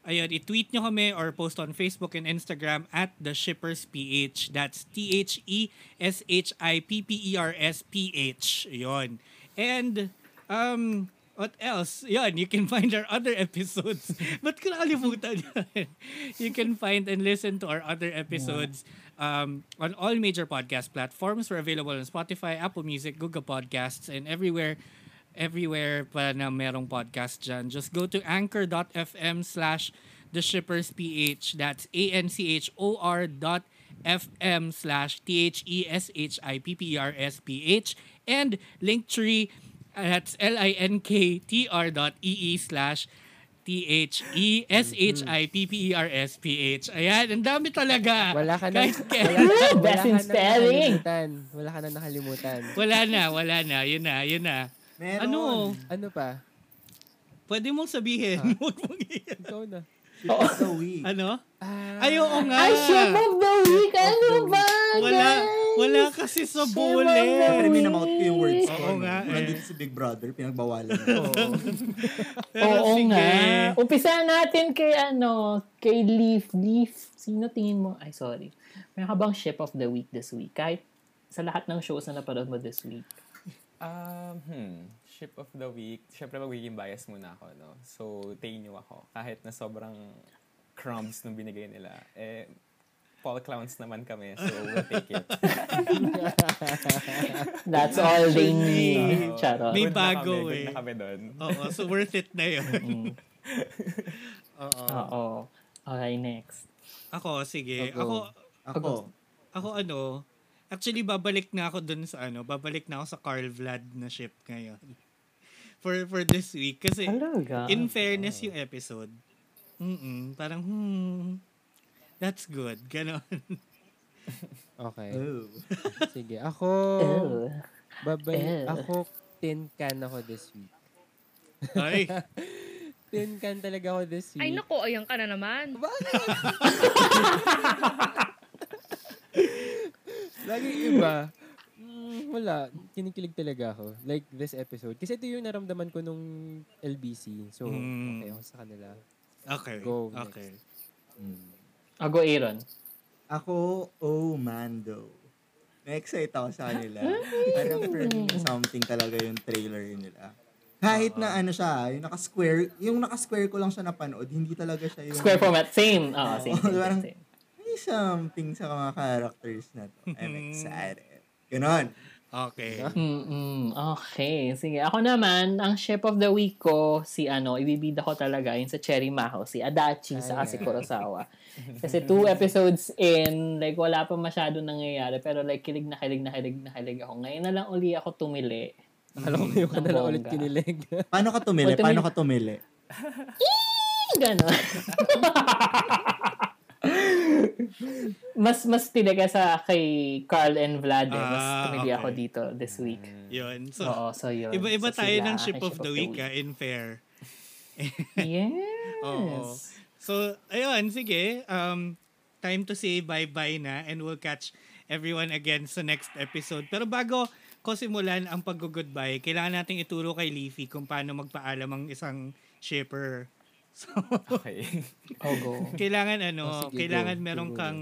A: ayun, i-tweet nyo kami or post on Facebook and Instagram at the Shippers PH. That's E T-H-E-S-H-I-P-P-E-R-S-P-H. Yun. And, um, what else? Yun, you can find our other episodes. Ba't ko nakalimutan yun? You can find and listen to our other episodes um, on all major podcast platforms. We're available on Spotify, Apple Music, Google Podcasts, and everywhere everywhere pa na merong podcast dyan. Just go to anchor.fm slash the shippers ph. That's A-N-C-H-O-R dot FM slash E T-H-E-S-H-I-P-P-R-S-P-H and Linktree uh, that's L-I-N-K-T-R dot E-E slash E T-H-E-S-H-I-P-P-E-R-S-P-H. Ayan, ang dami talaga.
E: Wala ka na.
A: Kahit kailan.
E: wala
B: Best
E: ka-
B: in
E: wala ka na
B: spelling.
E: nakalimutan. Wala ka na nakalimutan.
A: Wala na, wala na. Yun na, yun na.
D: Meron.
A: Ano?
E: Ano pa?
A: Pwede mong sabihin. Huwag mong iyan.
E: Ikaw na.
D: It's so weak.
C: Ano? Ay, oo nga.
B: Ay,
A: Ah.
B: Ship of the Week! Ano ba?
C: Wala,
B: guys?
C: wala kasi
B: Ship
C: sa eh.
B: of
C: bullet.
B: the
D: Pero minamount ko yung words ko.
C: Oo
D: no?
C: nga, eh.
D: Nandito si Big Brother, pinagbawalan ko.
C: Pero
B: Oo
C: sige.
B: nga. Umpisa natin kay ano, kay Leaf. Leaf, sino tingin mo? Ay, sorry. Meron ka bang ship of the week this week? Kahit sa lahat ng shows na napanood mo this week.
G: Um, hmm, ship of the week. Siyempre, magiging bias muna ako, no? So, tainyo ako. Kahit na sobrang crumbs nung binigay nila. Eh, Paul Clowns naman kami, so we'll take it.
B: That's all they
C: Actually,
B: need. Charot.
C: may
G: Good na
C: bago
G: kami,
C: eh.
G: Good na kami doon.
C: Oo, so worth it na yun.
B: Oo. Okay, next.
C: Ako, sige.
D: Ako.
C: Ako,
D: Ako,
C: ako ano, actually babalik na ako dun sa ano, babalik na ako sa Carl Vlad na ship ngayon. For for this week. Kasi,
B: Talaga?
C: in fairness yung episode, mm parang, hmm, that's good. Ganon.
E: Okay.
D: oh.
E: Sige. Ako,
B: Ew.
E: babay,
B: Ew.
E: ako, tin can ako this week.
C: Ay,
E: Tin can talaga ako this week.
F: Ay, nako, ayan ka na naman.
E: Lagi iba. Mm, wala. Kinikilig talaga ako. Like this episode. Kasi ito yung naramdaman ko nung LBC. So,
C: Mm.
E: okay ako sa kanila.
C: okay.
E: Go next.
C: okay.
B: I'll go Aaron.
D: Ako, oh Mando. Na-excite ako sa kanila. Parang feeling something talaga yung trailer nila. Kahit na ano siya, yung naka-square, yung naka-square ko lang siya napanood, hindi talaga siya yung...
B: Square format. Same. Oo, same, same, same,
D: Parang-
B: same.
D: May something sa mga characters na to. I'm
C: Hmm.
D: excited. Ganon.
C: Okay.
B: Mm-mm. Okay, sige. Ako naman, ang ship of the week ko, si ano, ibibida ko talaga yun sa Cherry Maho, si Adachi, sa si Kurosawa. Kasi two episodes in, like wala pa masyado nangyayari, pero like kilig na kilig na kilig na kilig ako. Ngayon na lang uli ako tumili.
E: Akala ko ngayon ka
B: Ang
E: na lang ulit
B: bongga.
E: kinilig.
D: Paano ka tumili?
C: ano
B: Ultimate-
D: Paano ka tumili?
B: Ganon. mas mas tinaga sa kay Carl and Vlad eh. Mas
C: Ah,
B: tumili ako
C: okay.
B: dito this week.
C: Yun. So,
B: Oo, so yun.
C: iba-iba
B: So,
C: tayo
B: sila
C: ng
B: ang
C: ship of the week, ah, in fair.
B: Yes.
C: Oo. So, ayun, sige. Um, time to say bye-bye na and we'll catch everyone again sa next episode. Pero bago ko simulan ang pag-goodbye, kailangan nating ituro kay Leafy kung paano magpaalam ang isang shipper. So,
G: Okay.
B: Oh, go.
C: kailangan ano,
E: Oh, sige,
C: kailangan
E: go.
C: meron
E: Go.
C: kang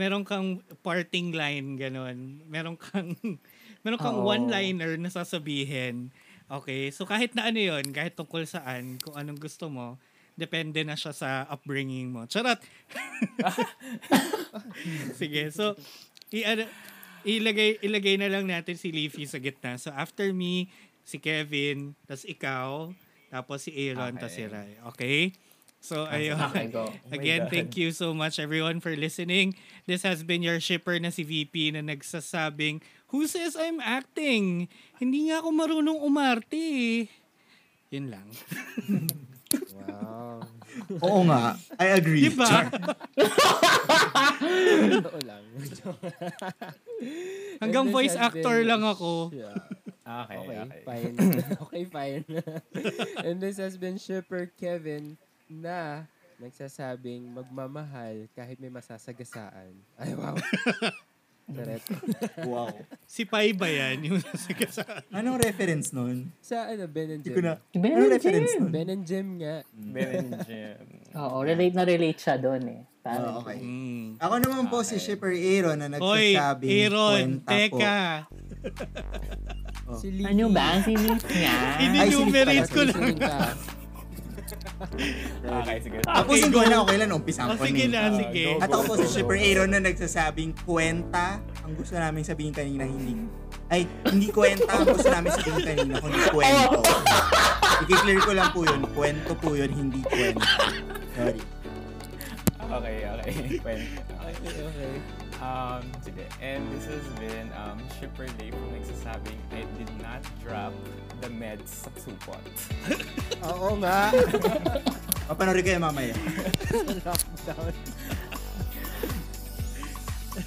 C: meron kang parting line ganun. Meron kang meron kang
B: Oo.
C: one-liner na sasabihin. Okay? So kahit na ano 'yon, kahit tungkol saan, kung anong gusto mo, depende na siya sa upbringing mo. Charot. Sige. So i- ano, ilagay ilagay na lang natin si Leafy sa gitna. So after me, si Kevin, tas ikaw, tapos si Aaron, tas si
G: Okay.
C: Rai. Okay? So ayun.
B: Okay, go.
C: Again,
G: God.
C: thank you so much everyone for listening. This has been your shipper na si VP na nagsasabing, Who says I'm acting? Hindi nga ako marunong umarte eh." Yun lang.
E: wow.
D: Oo nga. I agree.
C: Diba?
E: Totoo lang.
C: Hanggang
E: And this
C: voice
E: has
C: actor
E: been-
C: lang ako.
E: Yeah.
G: Okay,
E: Okay,
G: okay.
E: fine. okay, fine. And this has been Shipper Kevin na nagsasabing magmamahal kahit may masasagasaan. Ay, wow. Sarap.
D: Wow.
C: Si Pai ba yan? Yung nasa kasama?
D: Anong reference nun?
E: Sa ano, Ben and
D: Hindi
E: Jim.
D: ko na.
B: Ben
D: Anong
B: and
D: reference
B: Jim.
D: nun?
E: Ben and Jim nga.
G: Ben and Jim.
B: Oo, relate na relate siya doon eh.
D: Ah,
B: Parang,
D: okay.
C: Mm.
D: Ako naman po si Shipper Aaron na
C: Hoy,
D: nagsasabi.
C: Aaron, teka.
E: Si Lee.
B: ano ba? Sinis niya?
D: Ay,
C: Ini-numerate ko lang.
G: Okay, sige.
D: Tapusin
C: go.
D: ko na. Okay lang, umpisan
C: Oh,
D: ko
C: sige na, sige.
D: Ah, At ako po si Shipper Aaron na nagsasabing kwenta ang gusto namin sabihin kanina hindi. Ay, hindi kwenta ang gusto namin sabihin kanina, kundi kwento. I-clear ko lang po yun. Kwento po yun, hindi kwento. Sorry.
G: Okay, okay. Fine.
E: Okay, okay.
G: Um, sige. And this has been um, Shipper Dave who nagsasabing I did not drop the meds sa supot.
E: Oo nga.
D: Mapanori kayo mamaya.
E: Lockdown.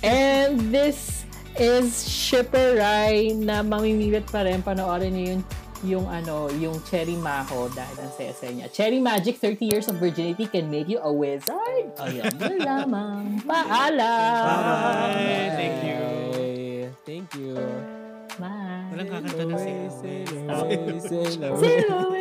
B: And this is Shipper Rai na mamimilit pa rin panoorin niyo yung yung ano, yung Cherry Maho dahil ang saya-saya niya. Cherry Magic, 30 years of virginity can make you a wizard. Ayan na lamang. Paalam.
C: Bye. Thank you.
E: Bye. Thank you.
B: Bye.
C: Walang kakanta na si
E: Say, say, say, say,
B: Zero.